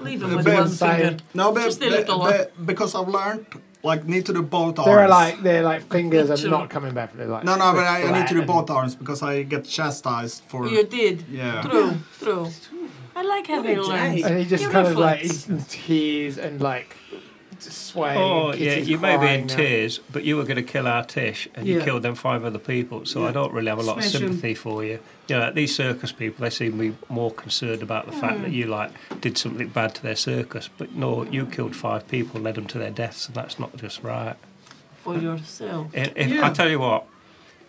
Speaker 6: Leave him with
Speaker 3: Ben
Speaker 6: one
Speaker 1: Stein.
Speaker 6: finger.
Speaker 3: No, but,
Speaker 6: Just a little one.
Speaker 3: because I've learned Like need to do both arms.
Speaker 1: They're like they're like fingers. I'm not coming back. They're like
Speaker 3: No, no, but I, I need to do
Speaker 1: flat
Speaker 3: both arms because I get chastised for.
Speaker 6: You did.
Speaker 3: Yeah.
Speaker 6: True, true. I like how
Speaker 2: What
Speaker 6: they
Speaker 2: a
Speaker 6: learn.
Speaker 2: day.
Speaker 1: And he just
Speaker 6: Your
Speaker 1: kind of like
Speaker 6: reflex.
Speaker 1: he's in tears and like just swaying.
Speaker 5: Oh,
Speaker 1: and
Speaker 5: yeah,
Speaker 1: Kitty's
Speaker 5: you may be in
Speaker 1: crying now.
Speaker 5: tears, but you were going to kill our Tish and you
Speaker 2: Yeah.
Speaker 5: killed them five other people, so I
Speaker 2: Yeah.
Speaker 5: don't really have a lot
Speaker 2: Smash
Speaker 5: of
Speaker 2: 'em.
Speaker 5: sympathy for you. You know, these circus people, they seem to be more concerned about the fact
Speaker 2: Hmm.
Speaker 5: that you, like, did something bad to their circus, but no, you killed five people, led them to their deaths, and that's not just right.
Speaker 6: for yourself.
Speaker 5: If, if,
Speaker 2: Yeah.
Speaker 5: I tell you what,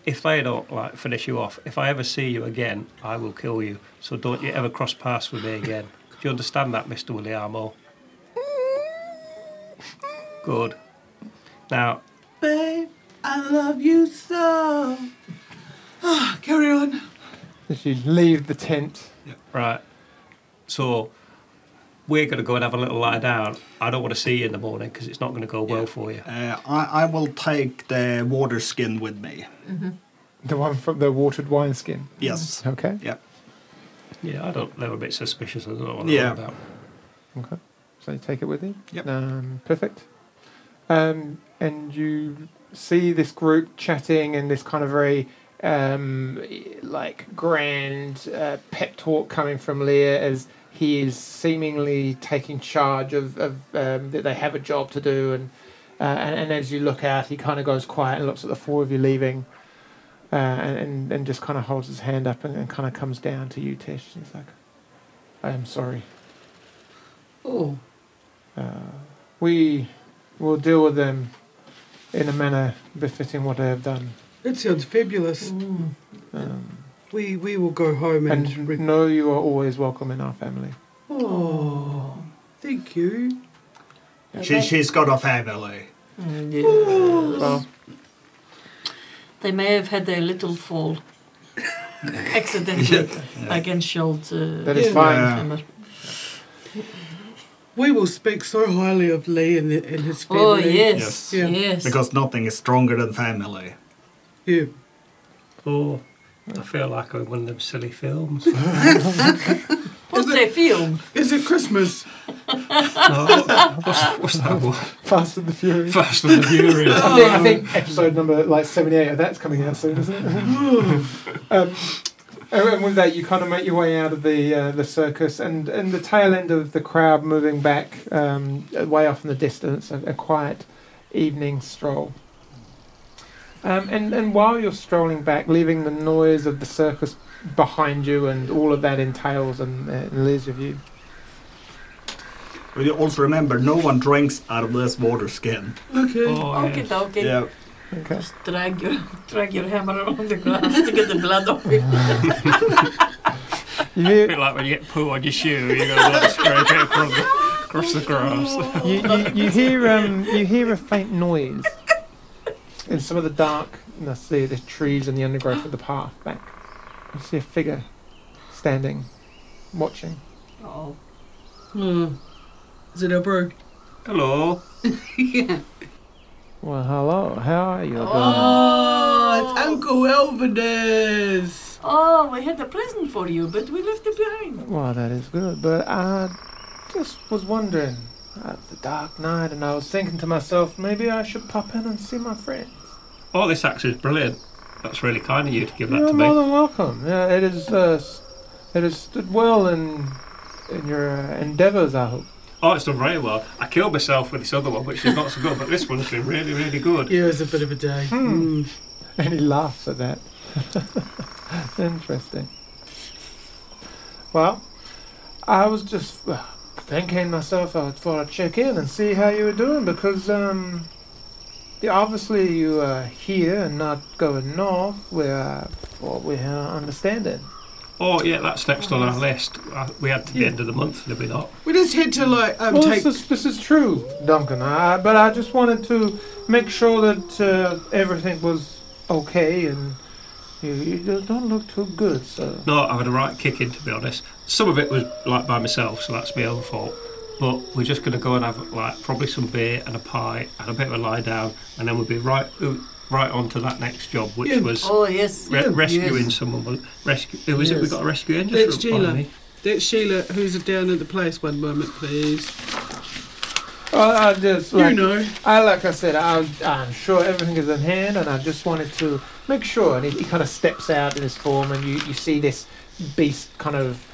Speaker 5: if they don't, like, finish you off, if I ever see you again, I will kill you, so don't you ever cross paths with me again. Do you understand that, Mr. Willie Armo? Good. Now,
Speaker 2: Babe, I love you so. Ah, carry on.
Speaker 1: If you leave the tent,
Speaker 5: Right. So we're going to go and have a little lie down. I don't want to see you in the morning because it's not going to go well for you.
Speaker 3: Uh, I, I will take the water skin with me.
Speaker 1: the one from the watered wineskin.
Speaker 3: Yes.
Speaker 1: Okay.
Speaker 3: Yeah.
Speaker 5: Yeah, I don't. They're a bit suspicious. I don't know what they're
Speaker 3: Yeah.
Speaker 5: about.
Speaker 1: Okay. So you take it with you.
Speaker 3: Yep.
Speaker 1: Um, perfect. Um, and you see this group chatting and this kind of very um, like grand uh, pep talk coming from Lear as he is seemingly taking charge of, of um, that they have a job to do and, uh, and and as you look out he kind of goes quiet and looks at the four of you leaving uh, and, and and just kind of holds his hand up and, and kind of comes down to you Tish and he's like I am sorry
Speaker 6: Oh,
Speaker 1: We will deal with them in a manner befitting what they have done.
Speaker 2: That sounds fabulous.
Speaker 6: Mm.
Speaker 1: Um,
Speaker 2: We we will go home and,
Speaker 1: and
Speaker 2: re-
Speaker 1: know you are always welcome in our family.
Speaker 2: Oh, thank you.
Speaker 3: She, she's got a family.
Speaker 6: Mm,
Speaker 1: Well,
Speaker 6: they may have had a little fall accidentally against Schultz. Uh,
Speaker 1: that is
Speaker 2: Yeah.
Speaker 1: fine.
Speaker 3: Yeah.
Speaker 2: We will speak so highly of Lee and, the, and his family.
Speaker 6: Oh yes,
Speaker 3: Yes.
Speaker 2: Yeah.
Speaker 6: yes.
Speaker 3: Because nothing is stronger than family.
Speaker 2: Yeah.
Speaker 5: Oh, I feel like I'm in one of them silly films.
Speaker 6: What's their film?
Speaker 2: Is it Christmas?
Speaker 5: no, what's, what's that one?
Speaker 1: Fast and the Furious.
Speaker 5: Fast and the Furious.
Speaker 1: I think, I think episode number like 78 of that's coming out soon, isn't it? um, and and with that, you kind of make your way out of the uh, the circus and, and the tail end of the crowd moving back um, way off in the distance, a, a quiet evening stroll. Um, and, and while you're strolling back, leaving the noise of the circus behind you and all of that entails and, uh, and leaves with you.
Speaker 3: But you also remember, no one drinks out of this water skin.
Speaker 2: Okay.
Speaker 5: Oh,
Speaker 6: Okay,
Speaker 5: yeah.
Speaker 6: okay.
Speaker 3: Yeah.
Speaker 1: Okay.
Speaker 6: Just drag your drag your hammer around the grass to get the blood off it.
Speaker 1: You hear,
Speaker 5: bit like when you get poo on your shoe, you got to like scrape it across the, across the grass.
Speaker 1: you, you, you hear um you hear a faint noise in some of the darkness the, the trees and the undergrowth of the path back you see a figure standing watching
Speaker 6: Oh,
Speaker 2: Hmm. Is it Ebro?
Speaker 5: Hello.
Speaker 2: yeah.
Speaker 1: well hello how are you
Speaker 2: Oh, it's Uncle Elvinus.
Speaker 6: oh, we had a present for you, but we left it behind.
Speaker 1: well that is good but i just was wondering uh, the dark night and i was thinking to myself maybe i should pop in and see my friends
Speaker 5: Oh, this axe is brilliant. That's really kind of you to give that
Speaker 1: you're
Speaker 5: to
Speaker 1: more
Speaker 5: me.
Speaker 1: than welcome yeah, it is uh, s- it has stood well in in your uh, endeavors i hope
Speaker 5: Oh, it's done very well. I killed myself with this other one, which is not so good, but this one's been really, really good.
Speaker 2: Yeah, it's a bit of a day.
Speaker 1: Hmm.
Speaker 2: Mm.
Speaker 1: And he laughs at that. Interesting. Well, I was just uh, thinking myself, I thought I'd check in and see how you were doing because, um, yeah, obviously you are here and not going north where, uh, what we have understanding.
Speaker 5: Oh yeah, that's next on our list. Uh, We had to the end of the month, did we not?
Speaker 2: We just had to like um,
Speaker 1: Well,
Speaker 2: take.
Speaker 1: this, is, this is true, Duncan. I, but I just wanted to make sure that uh, everything was okay and you, you don't look too good, so.
Speaker 5: No, I had a right kick in to be honest. Some of it was like by myself, so that's my own fault. But we're just going to go and have like probably some beer and a pie and a bit of a lie down, and then we'll be right ooh, right on to that next job, which
Speaker 2: Yeah.
Speaker 5: was
Speaker 6: Oh yes.
Speaker 5: re-
Speaker 2: yeah,
Speaker 5: rescuing
Speaker 6: yes.
Speaker 5: someone. was- Rescue. Who was it? We
Speaker 6: Yes.
Speaker 5: got a rescue engine.
Speaker 2: That's
Speaker 5: from- by
Speaker 2: Sheila.
Speaker 5: me.
Speaker 2: That's Sheila, who's down at the place. One moment, please.
Speaker 1: Well, I just
Speaker 2: You
Speaker 1: like,
Speaker 2: know.
Speaker 1: I like I said, I, I'm sure everything is in hand, and I just wanted to make sure. And he, he kind of steps out in his form, and you, you see this beast kind of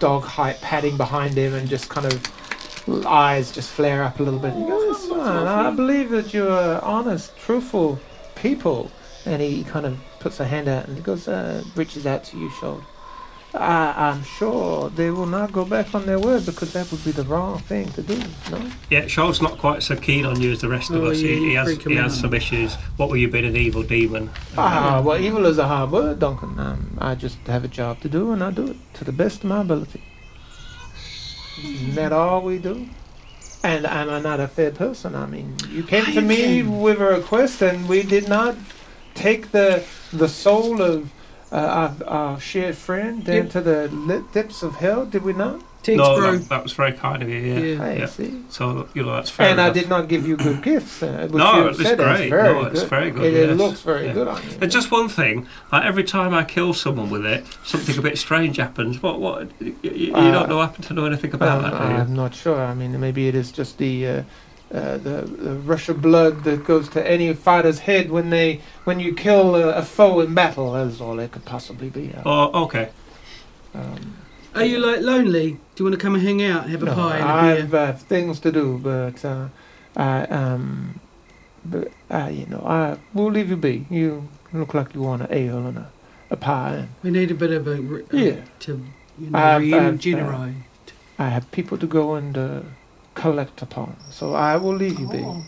Speaker 1: dog height padding behind him, and just kind of eyes just flare up a little bit. He goes, "It's fine. I believe that you are honest, truthful people. And he kind of puts a hand out and he goes, uh, reaches out to you, Shold. I, I'm sure they will not go back on their word because that would be the wrong thing to do, no?
Speaker 5: Yeah, Charles not quite so keen on you as the rest of
Speaker 2: Oh,
Speaker 5: us.
Speaker 2: yeah,
Speaker 5: He, he
Speaker 2: you
Speaker 5: has
Speaker 2: freak
Speaker 5: he
Speaker 2: him
Speaker 5: has
Speaker 2: out.
Speaker 5: some issues. What were you being an evil demon?
Speaker 1: Ah, well, evil is a hard word, Duncan. Um, I just have a job to do, and I do it to the best of my ability. Isn't that all we do? And am I not a fair person? I mean, you came to me with a request, and we did not take the the soul of uh, our, our shared friend down
Speaker 2: Yep.
Speaker 1: to the li- depths of hell, did we not?
Speaker 2: Takes
Speaker 5: no,
Speaker 2: bro.
Speaker 5: that, that was very kind of you. Yeah.
Speaker 2: Yeah.
Speaker 1: Hey,
Speaker 5: yeah.
Speaker 1: see.
Speaker 5: So you know that's fair.
Speaker 1: And I
Speaker 5: enough.
Speaker 1: did not give you good gifts. Uh, which
Speaker 5: No,
Speaker 1: you
Speaker 5: it's
Speaker 1: said
Speaker 5: great.
Speaker 1: Very
Speaker 5: No, it's
Speaker 1: good.
Speaker 5: very good,
Speaker 1: It, it
Speaker 5: yes.
Speaker 1: looks very
Speaker 5: Yeah.
Speaker 1: good on you.
Speaker 5: And just one thing, like every time I kill someone with it, something a bit strange happens. What? What? You, you, you
Speaker 1: Uh,
Speaker 5: don't know, happen to know anything
Speaker 1: Um,
Speaker 5: about that, do you?
Speaker 1: I'm not sure. I mean, maybe it is just the uh, uh, the, the rush of blood that goes to any fighter's head when they when you kill a, a foe in battle. That's all it could possibly be. Uh,
Speaker 5: Oh, okay.
Speaker 1: um,
Speaker 2: Are you like lonely? Do you want to come and hang out, have a
Speaker 1: no,
Speaker 2: pie and a
Speaker 1: I've
Speaker 2: beer?
Speaker 1: uh, things to do, but uh, I um, but I you know I will leave you be. You look like you want an ale and a, a pie. And uh,
Speaker 2: We need a bit of a re-
Speaker 1: Yeah.
Speaker 2: to you know,
Speaker 1: I've-
Speaker 2: reinvigorate.
Speaker 1: I have people to go and uh, collect upon, so I will leave you
Speaker 4: Oh.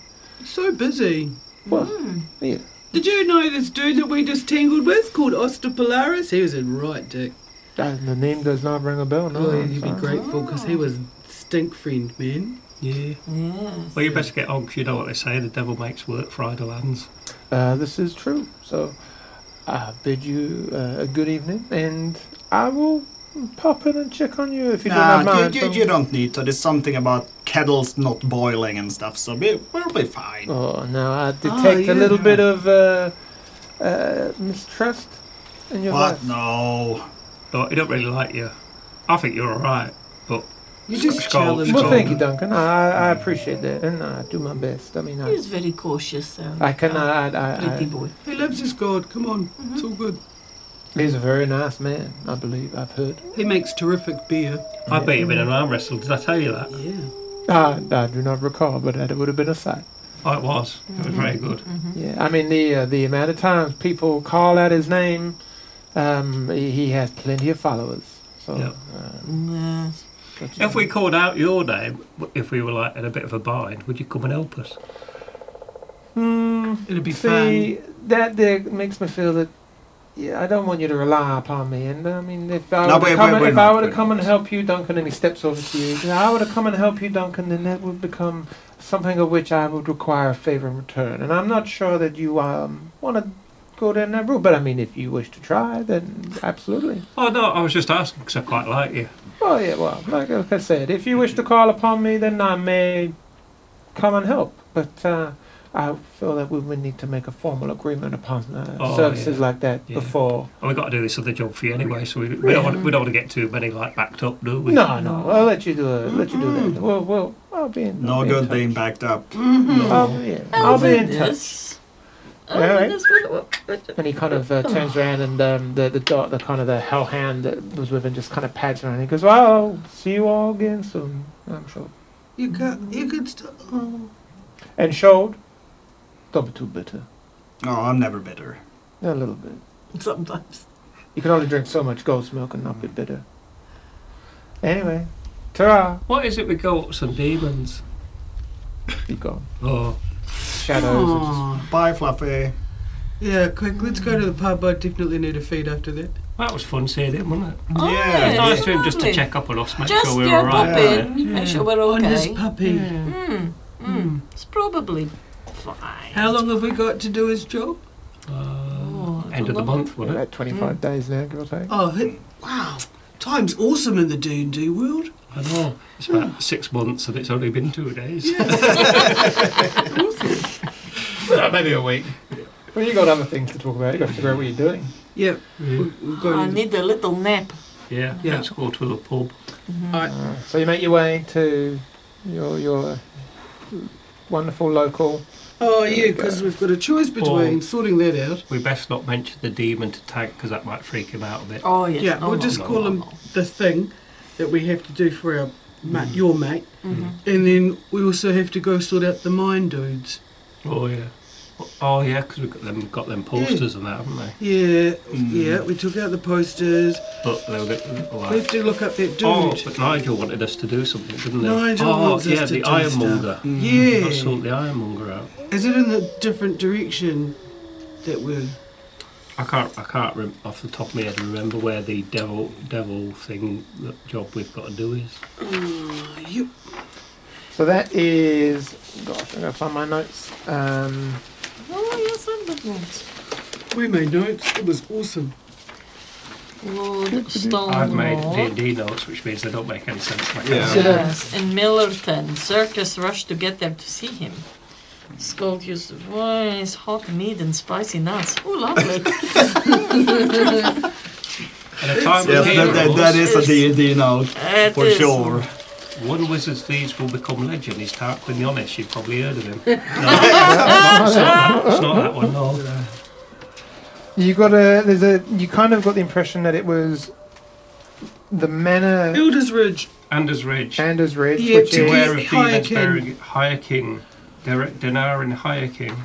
Speaker 2: So busy.
Speaker 1: be. Well,
Speaker 6: hmm.
Speaker 1: yeah.
Speaker 2: Did you know this dude that we just tangled with called Oster Polaris? He was a right dick.
Speaker 1: Uh, the name does not ring a bell. No,
Speaker 2: Oh,
Speaker 1: I'm
Speaker 2: he'd be
Speaker 1: sorry.
Speaker 2: grateful because he was stink friend, man.
Speaker 5: Yeah.
Speaker 4: Yes.
Speaker 5: Well, you best get on 'cause you know what they say: the devil makes work for idle hands.
Speaker 1: Uh, this is true. So I bid you uh, a good evening, and I will pop in and check on you if you
Speaker 3: Nah,
Speaker 1: don't mind.
Speaker 3: you, you, you don't need to. There's something about kettles not boiling and stuff, so we, we'll be fine.
Speaker 1: Oh no, I detect
Speaker 2: yeah.
Speaker 1: a little bit of uh, uh, mistrust in your
Speaker 3: What?
Speaker 1: voice.
Speaker 3: No.
Speaker 5: No, he don't really like you. I think you're all right, but
Speaker 2: You just
Speaker 5: Skull-
Speaker 2: challenge
Speaker 5: It's
Speaker 1: Well,
Speaker 5: all-
Speaker 1: thank you, Duncan. I, I- I appreciate that, and I do my best. I mean, I,
Speaker 4: He's very cautious, though.
Speaker 6: uh,
Speaker 1: I can. I, I, I,
Speaker 4: Pretty boy.
Speaker 2: He loves his God. Come on, it's all good.
Speaker 1: he's a very nice man. I believe I've heard.
Speaker 2: He makes terrific beer.
Speaker 5: I beat him in an arm wrestle. Did I tell you that?
Speaker 2: Yeah.
Speaker 1: I, I do not recall, but that it would have been a sight.
Speaker 5: Oh, it was. It was very good.
Speaker 6: Mm-hmm.
Speaker 1: Yeah, I mean the uh, the amount of times people call out his name, um, he, he has plenty of followers. So
Speaker 5: Yeah.
Speaker 1: uh,
Speaker 6: Mm-hmm.
Speaker 4: Yes.
Speaker 1: that's-
Speaker 5: If we called out your name, if we were like in a bit of a bind, would you come and help us?
Speaker 1: Hmm,
Speaker 2: It'd be fun.
Speaker 1: see that there makes me feel that yeah, I don't want you to rely upon me. And I mean, if I
Speaker 3: No,
Speaker 1: were to come,
Speaker 3: we're- we're-
Speaker 1: and-
Speaker 3: we're
Speaker 1: if
Speaker 3: not,
Speaker 1: I were to
Speaker 3: we're
Speaker 1: come
Speaker 3: not.
Speaker 1: and help you, Duncan, and he steps over to you, if I were to come and help you, Duncan, then that would become something of which I would require a favor in return. And I'm not sure that you um want to go down that route. But I mean, if you wish to try, then absolutely.
Speaker 5: Oh no, I was just asking because I quite like you.
Speaker 1: Oh yeah, well, like, like I said, if you wish to call upon me, then I may come and help. But uh, I feel that we would need to make a formal agreement upon uh,
Speaker 5: Oh,
Speaker 1: services
Speaker 5: yeah.
Speaker 1: like that
Speaker 5: Yeah.
Speaker 1: before.
Speaker 5: And we've got to do this other job for you anyway, so we, we don't want to, we don't want to get too many like backed up, do we?
Speaker 1: No, no, I'll let you do it. Let you do that. We'll, we'll, I'll be in.
Speaker 3: No
Speaker 1: I'll be in
Speaker 3: good
Speaker 1: touch.
Speaker 3: being backed up.
Speaker 1: I'll be, in- I'll be in touch.
Speaker 4: Yes.
Speaker 1: All right.
Speaker 6: What-
Speaker 1: And he kind of uh, turns around and um, the the dot, the kind of the hellhound that was with him, just kind of pats around. He goes, "Well, see you all again soon, I'm sure."
Speaker 2: You could, you could. St- oh.
Speaker 1: And Shold, don't be too bitter.
Speaker 3: Oh, I'm never bitter.
Speaker 1: A little bit.
Speaker 4: Sometimes.
Speaker 1: You can only drink so much goat's milk and not be bitter. Anyway, ta-ra!
Speaker 5: What is it with goats and demons?
Speaker 1: Be gone.
Speaker 5: Oh,
Speaker 1: Shadows. are just-
Speaker 2: Aw.
Speaker 3: Bye, Fluffy.
Speaker 2: Yeah, quick. Let's go to the pub. I definitely need a feed after that.
Speaker 5: that was fun seeing him, wasn't it?
Speaker 4: Oh,
Speaker 3: Yeah.
Speaker 5: It's
Speaker 4: yes,
Speaker 5: nice to him just to
Speaker 4: lovely.
Speaker 5: check up on us, make
Speaker 4: Just
Speaker 5: sure we
Speaker 4: your
Speaker 5: were alright.
Speaker 4: pop in.
Speaker 5: wasn't it?
Speaker 4: Make sure we're
Speaker 2: On his
Speaker 4: okay.
Speaker 2: puppy.
Speaker 6: Hmm,
Speaker 4: Mm, mm. It's probably fine.
Speaker 2: How long have we got to do his job?
Speaker 5: Uh,
Speaker 4: Oh,
Speaker 5: end of the
Speaker 4: don't
Speaker 5: month,
Speaker 1: We're
Speaker 5: wasn't it?
Speaker 1: at 25 days now, give or take.
Speaker 2: Oh, he- wow. Time's awesome in the D&D world.
Speaker 5: I know. It's about six months and it's only been two days. Well, Maybe a week.
Speaker 1: Well, you got other things to talk about. You got to figure out what you're doing.
Speaker 2: Yep.
Speaker 5: Yeah.
Speaker 2: we- We've
Speaker 4: I
Speaker 2: got
Speaker 4: need a little nap.
Speaker 5: Yeah,
Speaker 2: Yeah. Mm-hmm.
Speaker 5: let's go to the pub.
Speaker 1: Uh,
Speaker 2: Alright.
Speaker 1: So you make your way to You're, you're wonderful local.
Speaker 2: Oh, yeah,
Speaker 1: we go.
Speaker 2: because we've got a choice between
Speaker 5: Or-
Speaker 2: sorting that out.
Speaker 5: We best not mention the demon to Tank because that might freak him out a bit.
Speaker 6: Oh, yes.
Speaker 2: yeah,
Speaker 6: no,
Speaker 2: we'll
Speaker 6: no,
Speaker 2: just
Speaker 5: no,
Speaker 2: call
Speaker 5: no,
Speaker 2: him
Speaker 5: no.
Speaker 2: the thing that we have to do for our mate, your mate.
Speaker 6: Mm-hmm.
Speaker 2: And then we also have to go sort out the mine dudes.
Speaker 5: Oh yeah. Oh yeah, because we've got them, we've got
Speaker 2: Hmm.
Speaker 5: them posters and that, haven't they?
Speaker 2: Yeah,
Speaker 3: Mm.
Speaker 2: yeah, we took out the posters.
Speaker 5: But they were get-
Speaker 2: We have
Speaker 5: uh, like.
Speaker 2: to look up that dude.
Speaker 5: Oh, but Nigel wanted us to do something, didn't he?
Speaker 2: Nigel
Speaker 5: oh,
Speaker 2: wants us
Speaker 5: yeah,
Speaker 2: to
Speaker 5: the
Speaker 2: do
Speaker 5: ironmonger. Mm,
Speaker 2: stuff. Hmm.
Speaker 5: We've got to
Speaker 2: Yeah.
Speaker 5: sort the ironmonger out.
Speaker 2: Is it in the different direction that we're.
Speaker 5: I can't, I can't rem- off the top of my head remember where the devil, devil thing that job we've got to do is.
Speaker 2: You,
Speaker 1: So that is. Gosh, I'm going to find my notes. Um,
Speaker 6: Oh, yes, I'm the one.
Speaker 2: we made notes. It was awesome.
Speaker 6: Lord Stonewall.
Speaker 5: I've made D and D notes, which means they don't make any sense. and I can't
Speaker 3: Yeah.
Speaker 5: see them.
Speaker 6: Yes, in Millerton, circus rushed to get there to see him. Scold used voice, hot meat and spicy nuts. Oh, lovely.
Speaker 5: And a time
Speaker 3: Yeah,
Speaker 5: of
Speaker 3: that, that, that
Speaker 5: heroes,
Speaker 3: is a D&D note,
Speaker 6: It
Speaker 3: for
Speaker 6: is-
Speaker 3: sure.
Speaker 5: one wizard's deeds will become legend. He's Tarquin the Honest. You've probably heard of him. No, it's, not that, it's not that one. No.
Speaker 1: you got a. There's a. You kind of got the impression that it was the manor
Speaker 2: Elders Ridge.
Speaker 5: Anders Ridge.
Speaker 1: Anders Ridge,
Speaker 2: Yeah,
Speaker 1: which
Speaker 2: to
Speaker 1: is
Speaker 5: Beware of
Speaker 2: He's Higher
Speaker 5: demons
Speaker 2: King.
Speaker 5: bearing Higher King. Derek Denar and Higher King.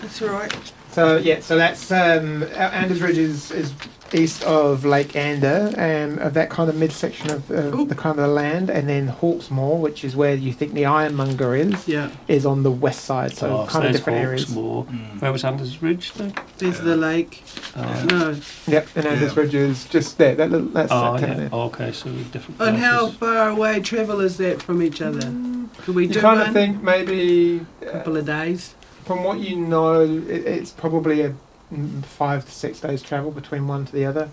Speaker 2: That's right.
Speaker 1: so. Yeah, so that's um, A- Anders Ridge is, is east of Lake Ander and of that kind of midsection of,
Speaker 2: Ooh.
Speaker 1: of the kind of the land, and then Hawksmoor, which is where you think the Ironmonger is,
Speaker 2: Yeah,
Speaker 1: is on the west side. So
Speaker 5: Oh,
Speaker 1: kind of
Speaker 5: there's
Speaker 1: different areas.
Speaker 5: Hawksmoor.
Speaker 3: Mm.
Speaker 5: Where was Anders Ridge then?
Speaker 2: there's the lake.
Speaker 5: Oh,
Speaker 2: No.
Speaker 1: Yep, and Anders
Speaker 3: Yeah.
Speaker 1: Ridge is just there. That little that's
Speaker 5: Oh,
Speaker 1: that town
Speaker 5: yeah.
Speaker 1: there.
Speaker 5: Okay, so different.
Speaker 2: And how
Speaker 5: places.
Speaker 2: far away travel is that from each other?
Speaker 5: Mm.
Speaker 2: Could we
Speaker 1: You
Speaker 2: do
Speaker 1: kind
Speaker 2: one?
Speaker 1: of think maybe,
Speaker 2: A
Speaker 1: uh,
Speaker 2: couple of days.
Speaker 1: from what you know, it, it's probably a mm, five to six days travel between one to the other.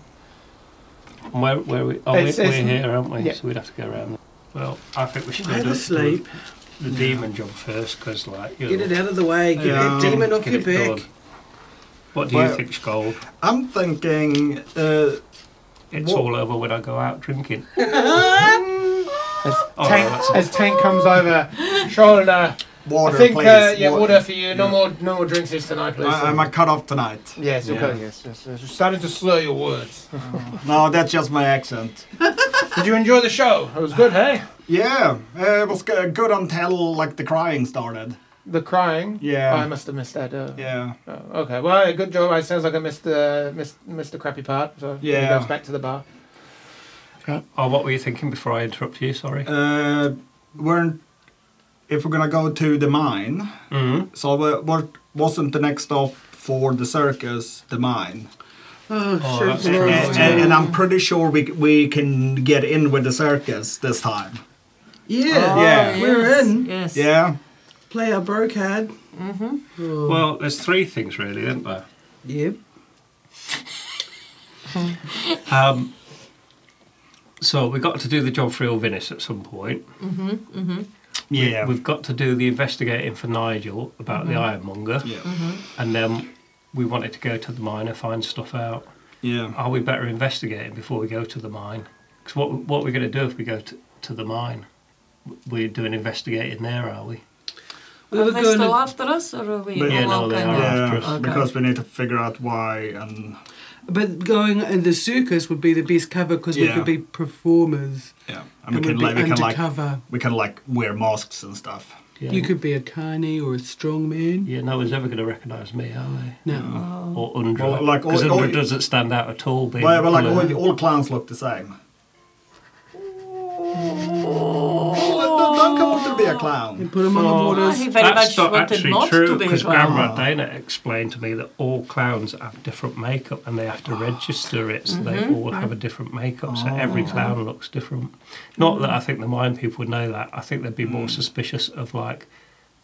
Speaker 5: And Where, where we? Oh,
Speaker 1: It's-
Speaker 5: we're,
Speaker 1: it's-
Speaker 5: we're here, aren't we?
Speaker 1: yeah.
Speaker 5: So we'd have to go around. Well, I think we should
Speaker 2: Have
Speaker 5: do
Speaker 2: a
Speaker 5: the-
Speaker 2: sleep.
Speaker 5: the demon job first, because like you
Speaker 2: Get
Speaker 5: know,
Speaker 2: it out of the way. Get that
Speaker 3: Yeah.
Speaker 2: demon off
Speaker 5: get
Speaker 2: your
Speaker 5: it
Speaker 2: back.
Speaker 5: done. What do
Speaker 3: Well-
Speaker 5: you think, Skull?
Speaker 3: I'm thinking, uh,
Speaker 5: It's
Speaker 3: What-
Speaker 5: all over when I go out drinking.
Speaker 1: As,
Speaker 5: Oh,
Speaker 1: tank,
Speaker 5: that's-
Speaker 1: as Tank comes over, shoulder.
Speaker 3: water,
Speaker 1: I think
Speaker 3: please.
Speaker 1: uh, yeah,
Speaker 3: wa-
Speaker 1: water for you. No
Speaker 3: yeah.
Speaker 1: more no more drinks this tonight, please.
Speaker 3: I, am I cut off tonight?
Speaker 1: yes,
Speaker 3: Yeah.
Speaker 1: okay. Yes, yes, yes. You're starting to slur your words.
Speaker 3: No, that's just my accent.
Speaker 1: Did you enjoy the show? It was good, hey?
Speaker 3: Yeah, uh, it was go- good until like the crying started.
Speaker 1: The crying.
Speaker 3: Yeah.
Speaker 1: Oh, I must have missed that. Uh,
Speaker 3: Yeah,
Speaker 1: Oh, okay. Well, yeah, good job. It sounds like I missed the missed, missed the crappy part. So he
Speaker 3: Yeah.
Speaker 1: goes back to the bar.
Speaker 5: Oh, what were you thinking before I interrupt you? Sorry.
Speaker 3: uh, weren't if we're gonna go to the mine.
Speaker 5: hmm
Speaker 3: So what- what wasn't the next stop for the circus the mine?
Speaker 2: Oh,
Speaker 5: Oh,
Speaker 2: shit.
Speaker 5: that's
Speaker 3: And,
Speaker 5: crazy.
Speaker 3: and- and I'm pretty sure we we can get in with the circus this time.
Speaker 2: Yeah.
Speaker 3: Oh. Yeah.
Speaker 6: yes,
Speaker 2: We're in.
Speaker 6: Yes.
Speaker 3: Yeah.
Speaker 2: Play our bro card.
Speaker 5: Well, there's three things really, isn't there?
Speaker 2: Yep.
Speaker 5: Um, so we got to do the job for Ilvinis at some point.
Speaker 3: Yeah.
Speaker 5: We've got to do the investigating for Nigel about the
Speaker 2: Mm-hmm.
Speaker 5: ironmonger,
Speaker 3: yeah.
Speaker 5: and then we wanted to go to the mine and find stuff out.
Speaker 3: Yeah.
Speaker 5: Are we better investigating before we go to the mine? Because what what we're going to do if we go to, to the mine, we're doing investigating there, are we?
Speaker 2: We
Speaker 6: Are
Speaker 2: were
Speaker 6: they
Speaker 2: going
Speaker 6: still
Speaker 2: to,
Speaker 6: after us or are we
Speaker 3: But-
Speaker 5: Yeah, no,
Speaker 6: all
Speaker 5: they
Speaker 6: kind
Speaker 5: are.
Speaker 6: of-
Speaker 3: Yeah,
Speaker 5: after us.
Speaker 6: Okay.
Speaker 3: because we need to figure out why and
Speaker 2: but going in the circus would be the best cover because we
Speaker 3: Yeah.
Speaker 2: could be performers
Speaker 3: yeah,
Speaker 2: and,
Speaker 3: and, we
Speaker 2: we'd
Speaker 3: can
Speaker 2: be
Speaker 3: like we can like
Speaker 2: undercover.
Speaker 3: we can like wear masks and stuff.
Speaker 5: Yeah.
Speaker 2: You could be a carny or a strongman.
Speaker 5: Yeah, no one's ever going to recognise me, are they?
Speaker 2: No.
Speaker 5: Or Undra.
Speaker 3: Well, like,
Speaker 5: because
Speaker 3: all- all-
Speaker 5: Undra doesn't stand out at all. Being
Speaker 3: Well, well like all,
Speaker 5: blue.
Speaker 3: all clowns look the same. Don't- Don't want to be a clown.
Speaker 2: And put him on the
Speaker 6: Oh,
Speaker 2: waters.
Speaker 6: he very
Speaker 5: That's
Speaker 6: much
Speaker 5: not
Speaker 6: wanted
Speaker 5: actually
Speaker 6: not
Speaker 5: true
Speaker 6: to be a
Speaker 5: because
Speaker 6: clown.
Speaker 5: Grandma Dana explained to me that all clowns have different makeup and they have to register it, so
Speaker 6: Mm-hmm.
Speaker 5: they all have a different makeup. So
Speaker 6: Oh.
Speaker 5: every clown looks different. Not that I think the mine people would know that. I think they'd be
Speaker 6: Mm.
Speaker 5: more suspicious of like,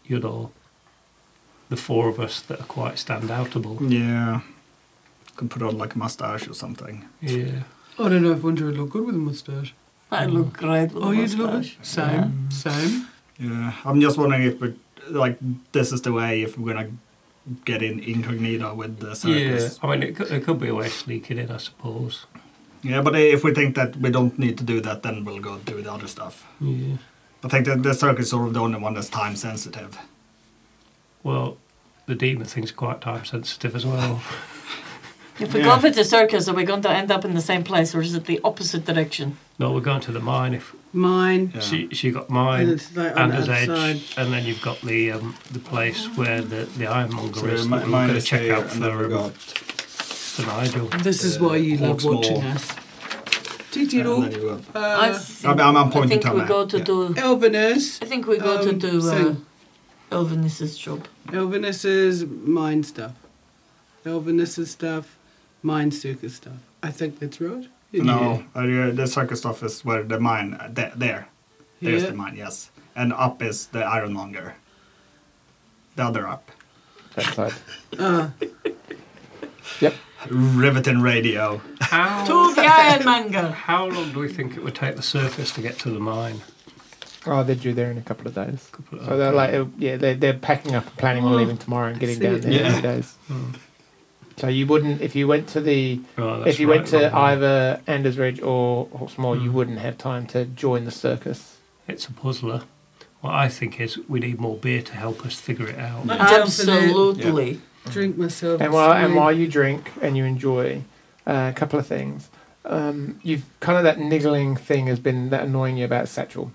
Speaker 5: you know, the four of us that are quite standoutable.
Speaker 3: Yeah, could put on like a mustache or something.
Speaker 5: Yeah.
Speaker 2: I don't know if Winter would look good with a moustache.
Speaker 6: I look great with
Speaker 2: Oh,
Speaker 6: a
Speaker 2: you'd look
Speaker 6: mustache.
Speaker 2: same, same.
Speaker 3: Yeah, I'm just wondering if we like this is the way if we're gonna get in incognito with the circus.
Speaker 5: I mean, it could, it could be a way of sneaking in, I suppose.
Speaker 3: Yeah. but if we think that we don't need to do that, then we'll go do the other stuff.
Speaker 5: Yeah.
Speaker 3: I think that the circus is sort of the only one that's time sensitive.
Speaker 5: Well, the demon thing's quite time sensitive as well.
Speaker 6: If we
Speaker 3: Yeah.
Speaker 6: go for the circus, are we going to end up in the same place, or is it the opposite direction?
Speaker 5: no, we're going to the mine. If
Speaker 2: Mine.
Speaker 3: Yeah.
Speaker 5: she she got
Speaker 2: And
Speaker 5: mine
Speaker 2: it's like on
Speaker 5: and
Speaker 2: the
Speaker 5: his
Speaker 2: other
Speaker 5: edge,
Speaker 2: side.
Speaker 5: and then you've got the um, the place where the the ironmonger
Speaker 3: So
Speaker 5: is.
Speaker 3: mi-
Speaker 5: that we're
Speaker 3: mine
Speaker 5: going
Speaker 3: is
Speaker 5: to check
Speaker 3: here,
Speaker 5: out
Speaker 3: and then
Speaker 5: for
Speaker 3: we
Speaker 5: um,
Speaker 3: got
Speaker 5: for Nigel.
Speaker 2: This is why you love
Speaker 3: Portsmouth.
Speaker 2: watching us.
Speaker 3: and
Speaker 2: Titiru,
Speaker 3: then you got
Speaker 6: I
Speaker 2: uh,
Speaker 6: think,
Speaker 3: I'm, I'm, I'm
Speaker 6: I
Speaker 3: pointing
Speaker 6: think
Speaker 3: to
Speaker 6: we
Speaker 3: her.
Speaker 6: go to
Speaker 3: Yeah.
Speaker 6: do.
Speaker 2: Elvinus.
Speaker 6: I think we go to
Speaker 2: Um,
Speaker 6: do uh,
Speaker 2: so-
Speaker 6: Elvinus's job.
Speaker 2: Elvinus's mine stuff. Elvinus's stuff, mine circus stuff. I think that's right.
Speaker 3: No, uh, the circus stuff is where the mine. Uh, there, there. there's
Speaker 2: Yeah.
Speaker 3: the mine. Yes, and up is the ironmonger. The other up.
Speaker 7: That side.
Speaker 2: Uh,
Speaker 7: Yep.
Speaker 3: Riveting radio.
Speaker 5: How
Speaker 6: To the Iron Manga.
Speaker 5: how long do we think it would take the circus to get to the mine?
Speaker 1: Oh, they're due there in a couple of days.
Speaker 5: Couple of-
Speaker 1: So they're like, uh, yeah, they're, they're packing up, and planning on leaving tomorrow and getting
Speaker 2: see
Speaker 1: down
Speaker 2: it.
Speaker 1: there in
Speaker 3: Oh, Yeah.
Speaker 1: two days.
Speaker 5: Hmm.
Speaker 1: So you wouldn't, if you went to the,
Speaker 5: Oh, that's
Speaker 1: if you went
Speaker 5: right,
Speaker 1: to
Speaker 5: wrong way.
Speaker 1: either Anders Ridge or Hawksmoor, you
Speaker 5: Hmm.
Speaker 1: wouldn't have time to join the circus.
Speaker 5: It's a puzzler. What I think is we need more beer to help us figure it out.
Speaker 2: No. down for the-
Speaker 6: Absolutely.
Speaker 2: drink myself.
Speaker 1: And while and
Speaker 2: asleep.
Speaker 1: while you drink and you enjoy, uh, a couple of things. Um, you've kind of that niggling thing has been that annoying you about Satchel.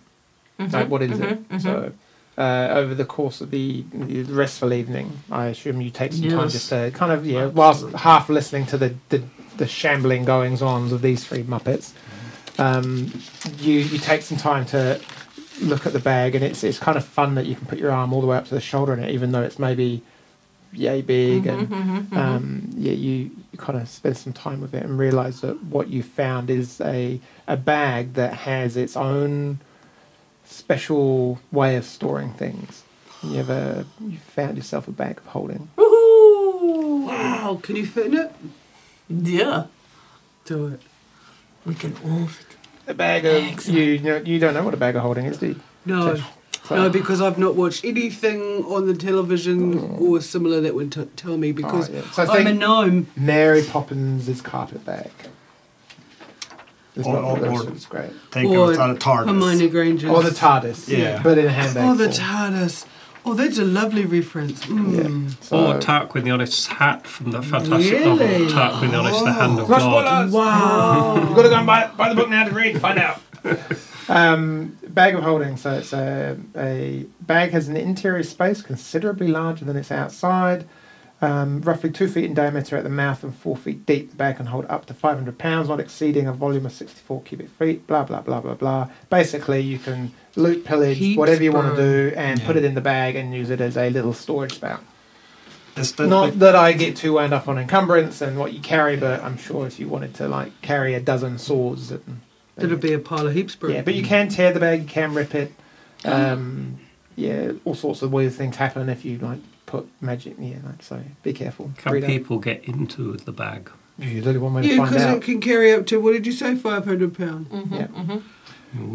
Speaker 6: Mm-hmm.
Speaker 1: Like, what is it? So, uh, over the course of the, the restful evening, I assume you take some time
Speaker 6: Yes.
Speaker 1: just to kind of, yeah, whilst half listening to the, the, the shambling goings ons of these three Muppets, um, you, you take some time to look at the bag, and it's, it's kind of fun that you can put your arm all the way up to the shoulder in it, even though it's maybe yay big. and um, yeah, you, you kind of spend some time with it and realize that what you found is a, a bag that has its own special way of storing things. You ever you found yourself a bag of holding?
Speaker 6: Woohoo!
Speaker 2: Wow, can you fit in it?
Speaker 6: Mm-hmm. Yeah.
Speaker 2: Do it.
Speaker 6: We can all fit.
Speaker 1: A bag of
Speaker 6: Excellent.
Speaker 1: you, you know, you don't know what a bag of holding is, do you?
Speaker 2: No.
Speaker 1: So-
Speaker 2: No, because I've not watched anything on the television or similar that would t- tell me because
Speaker 1: Mm. Oh, yeah. So
Speaker 2: I'm
Speaker 1: think-
Speaker 2: a gnome.
Speaker 1: Mary Poppins' carpet bag. It's
Speaker 3: Or-
Speaker 1: not
Speaker 3: or-
Speaker 1: the rest,
Speaker 3: or-
Speaker 1: it's great.
Speaker 3: Take
Speaker 2: Or
Speaker 3: over to the
Speaker 2: Hermione
Speaker 3: TARDIS.
Speaker 2: Granger's.
Speaker 1: Or the TARDIS.
Speaker 3: Yeah.
Speaker 1: But in a handbag.
Speaker 2: Oh, the
Speaker 1: form.
Speaker 2: TARDIS. Oh, that's a lovely reference. Mm.
Speaker 1: Yeah.
Speaker 5: Or
Speaker 1: So,
Speaker 5: Tarquin the Honest's hat from the fantastic novel
Speaker 2: Really? Oh.
Speaker 5: Tarquin the Honest, The Hand of
Speaker 1: No
Speaker 5: God.
Speaker 1: spoilers!
Speaker 2: Wow.
Speaker 1: You've got to go and buy, buy the book now to read, find out. um, bag of holding. So it's a, a bag has an interior space considerably larger than its outside, um, roughly two feet in diameter at the mouth and four feet deep. The bag can hold up to 500 pounds, not exceeding a volume of 64 cubic feet. Blah, blah, blah, blah, blah. Basically, you can loot, pillage,
Speaker 2: Heaps
Speaker 1: whatever you want
Speaker 2: burn.
Speaker 1: to do, and put it in the bag and use it as a little storage spout.
Speaker 3: Is that
Speaker 1: Not
Speaker 3: the-
Speaker 1: that I get too wound up on encumbrance and what you carry, but I'm sure if you wanted to like carry a dozen swords, it,
Speaker 2: That'll be a pile of heaps, bro.
Speaker 1: yeah. But you can tear the bag, you can rip it. Um, yeah, all sorts of weird things happen if you like put magic. Yeah, like, so be careful.
Speaker 5: Can
Speaker 1: Read up.
Speaker 5: people get into the bag?
Speaker 1: You really want me to
Speaker 2: Yeah,
Speaker 1: find
Speaker 2: because
Speaker 1: out?
Speaker 2: it can carry up to, what did you say, 500 pounds?
Speaker 1: Yeah.
Speaker 2: mm-hmm.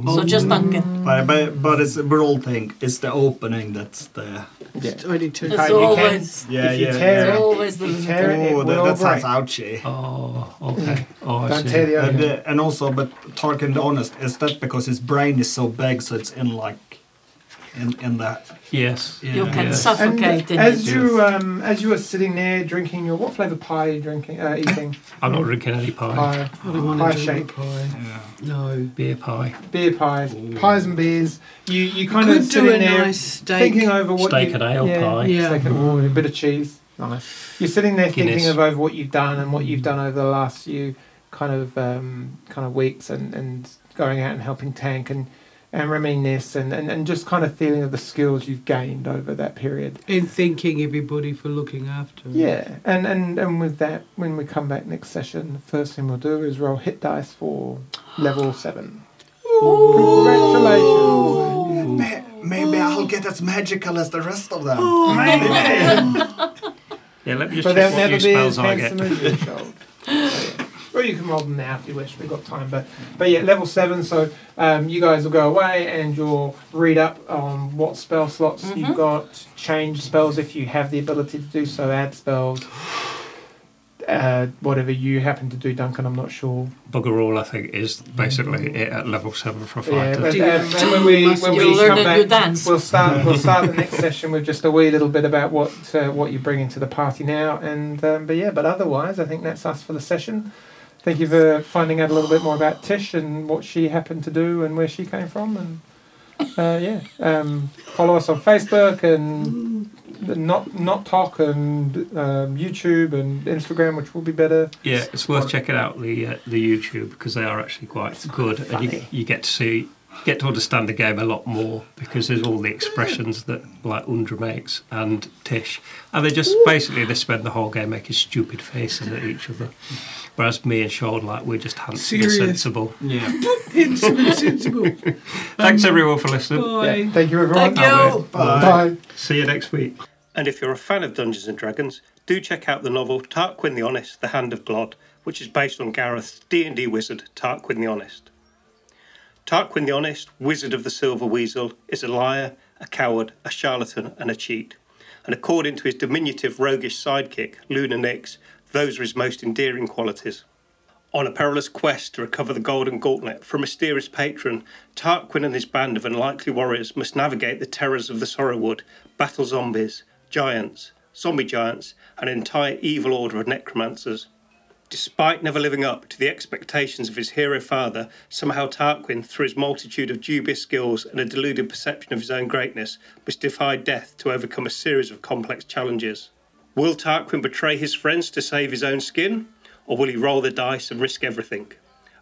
Speaker 6: So just Duncan.
Speaker 3: But, but, but it's a broad thing. It's the opening that's the.
Speaker 1: Yeah.
Speaker 2: It's only two.
Speaker 1: It's
Speaker 6: It's
Speaker 1: all-
Speaker 2: pounds.
Speaker 6: always,
Speaker 3: Yeah,
Speaker 1: If you
Speaker 3: yeah.
Speaker 1: tear
Speaker 3: yeah.
Speaker 1: it,
Speaker 6: always the
Speaker 1: If you
Speaker 6: little
Speaker 1: tear it, it
Speaker 3: Oh, that,
Speaker 1: will
Speaker 3: that sounds
Speaker 1: break.
Speaker 3: ouchy.
Speaker 5: Oh, okay. Oh, I
Speaker 1: Don't
Speaker 5: see.
Speaker 1: tear the
Speaker 3: And,
Speaker 1: other.
Speaker 3: uh, and also, but Tarkin the Honest, is that because his brain is so big, so it's in like, in in that?
Speaker 5: Yes.
Speaker 3: Yeah.
Speaker 6: You can
Speaker 5: Yes.
Speaker 1: And
Speaker 6: suffocate in
Speaker 1: as
Speaker 6: it.
Speaker 1: you um, as you were sitting there drinking your what flavour pie are you drinking uh, eating
Speaker 5: I'm not drinking any pie.
Speaker 1: pie
Speaker 2: I don't want
Speaker 1: pie
Speaker 2: to
Speaker 1: shape
Speaker 2: pie.
Speaker 3: Yeah.
Speaker 2: No.
Speaker 5: Beer pie.
Speaker 1: beer pies, pies and beers. You you kind
Speaker 2: Could
Speaker 1: of
Speaker 2: do a
Speaker 1: sitting there
Speaker 2: nice steak.
Speaker 1: thinking over what
Speaker 5: Steak
Speaker 1: you,
Speaker 5: and ale
Speaker 1: yeah,
Speaker 5: pie.
Speaker 2: Yeah.
Speaker 1: Steak and, ooh, a bit of cheese, nice. You're sitting there
Speaker 5: Guinness.
Speaker 1: thinking of over what you've done and what you've done over the last few kind of um, kind of weeks and and going out and helping Tank and. And reminisce and, and, and just kind of feeling of the skills you've gained over that period.
Speaker 2: And thanking everybody for looking
Speaker 5: Mm.
Speaker 2: after. it.
Speaker 1: Yeah, and, and, and with that, when we come back next session, the first thing we'll do is roll hit dice for level seven. Congratulations!
Speaker 3: May- Maybe I'll get as magical as the rest of them.
Speaker 5: Yeah, let me just
Speaker 1: But
Speaker 5: check
Speaker 1: they'll
Speaker 5: what
Speaker 1: never
Speaker 5: new
Speaker 1: be as
Speaker 5: spells I get.
Speaker 1: handsome as you, Charles. Or you can roll them now if you wish. We've got time, but but yeah, level seven. So um, you guys will go away and you'll read up on what spell slots you've got, change spells if you have the ability to do so, add spells, uh, whatever you happen to do, Duncan. I'm not sure.
Speaker 5: Bugger all, I think, is basically it at level seven for a
Speaker 1: Yeah,
Speaker 5: fighter.
Speaker 1: but,
Speaker 2: Do you-
Speaker 1: um, and when we, when
Speaker 6: You
Speaker 1: we
Speaker 6: learn
Speaker 1: come
Speaker 6: to
Speaker 1: back,
Speaker 6: do dance.
Speaker 1: we'll start. We'll start the next session with just a wee little bit about what uh, what you're bringing to the party now. And um, but yeah, but otherwise, I think that's us for the session. Thank you for finding out a little bit more about Tish and what she happened to do and where she came from. And uh, yeah, um, follow us on Facebook and not not talk and um, YouTube and Instagram, which will be better.
Speaker 5: Yeah, it's worth checking out the uh, the YouTube because they are actually quite good, and you,
Speaker 1: funny.
Speaker 5: you get to see, get to understand the game a lot more because there's all the expressions that like Undra makes and Tish, and they just basically they spend the whole game making stupid faces at each other, whereas me and Sean like we're just handsome and
Speaker 2: Serious.
Speaker 5: sensible.
Speaker 3: Yeah.
Speaker 2: Insensible, sensible.
Speaker 5: Thanks everyone for listening.
Speaker 2: Boy.
Speaker 1: Yeah, thank you, everyone.
Speaker 6: Thank you.
Speaker 1: Bye.
Speaker 5: See you next week. And if you're a fan of Dungeons and Dragons, do check out the novel Tarquin the Honest: The Hand of Glod, which is based on Gareth's D&D wizard Tarquin the Honest. Tarquin the Honest, Wizard of the Silver Weasel, is a liar, a coward, a charlatan, and a cheat. And according to his diminutive, roguish sidekick, Luna Nix, those are his most endearing qualities. On a perilous quest to recover the Golden Gauntlet from a mysterious patron, Tarquin and his band of unlikely warriors must navigate the terrors of the Sorrowwood, battle zombies, giants, zombie giants, and an entire evil order of necromancers. Despite never living up to the expectations of his hero father, somehow Tarquin, through his multitude of dubious skills and a deluded perception of his own greatness, must defy death to overcome a series of complex challenges. Will Tarquin betray his friends to save his own skin, or will he roll the dice and risk everything?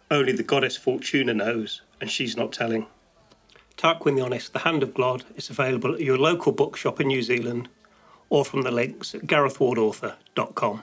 Speaker 5: Only the goddess Fortuna knows, and she's not telling. Tarquin the Honest, The Hand of Glod, is available at your local bookshop in New Zealand or from the links at garethwardauthor.com.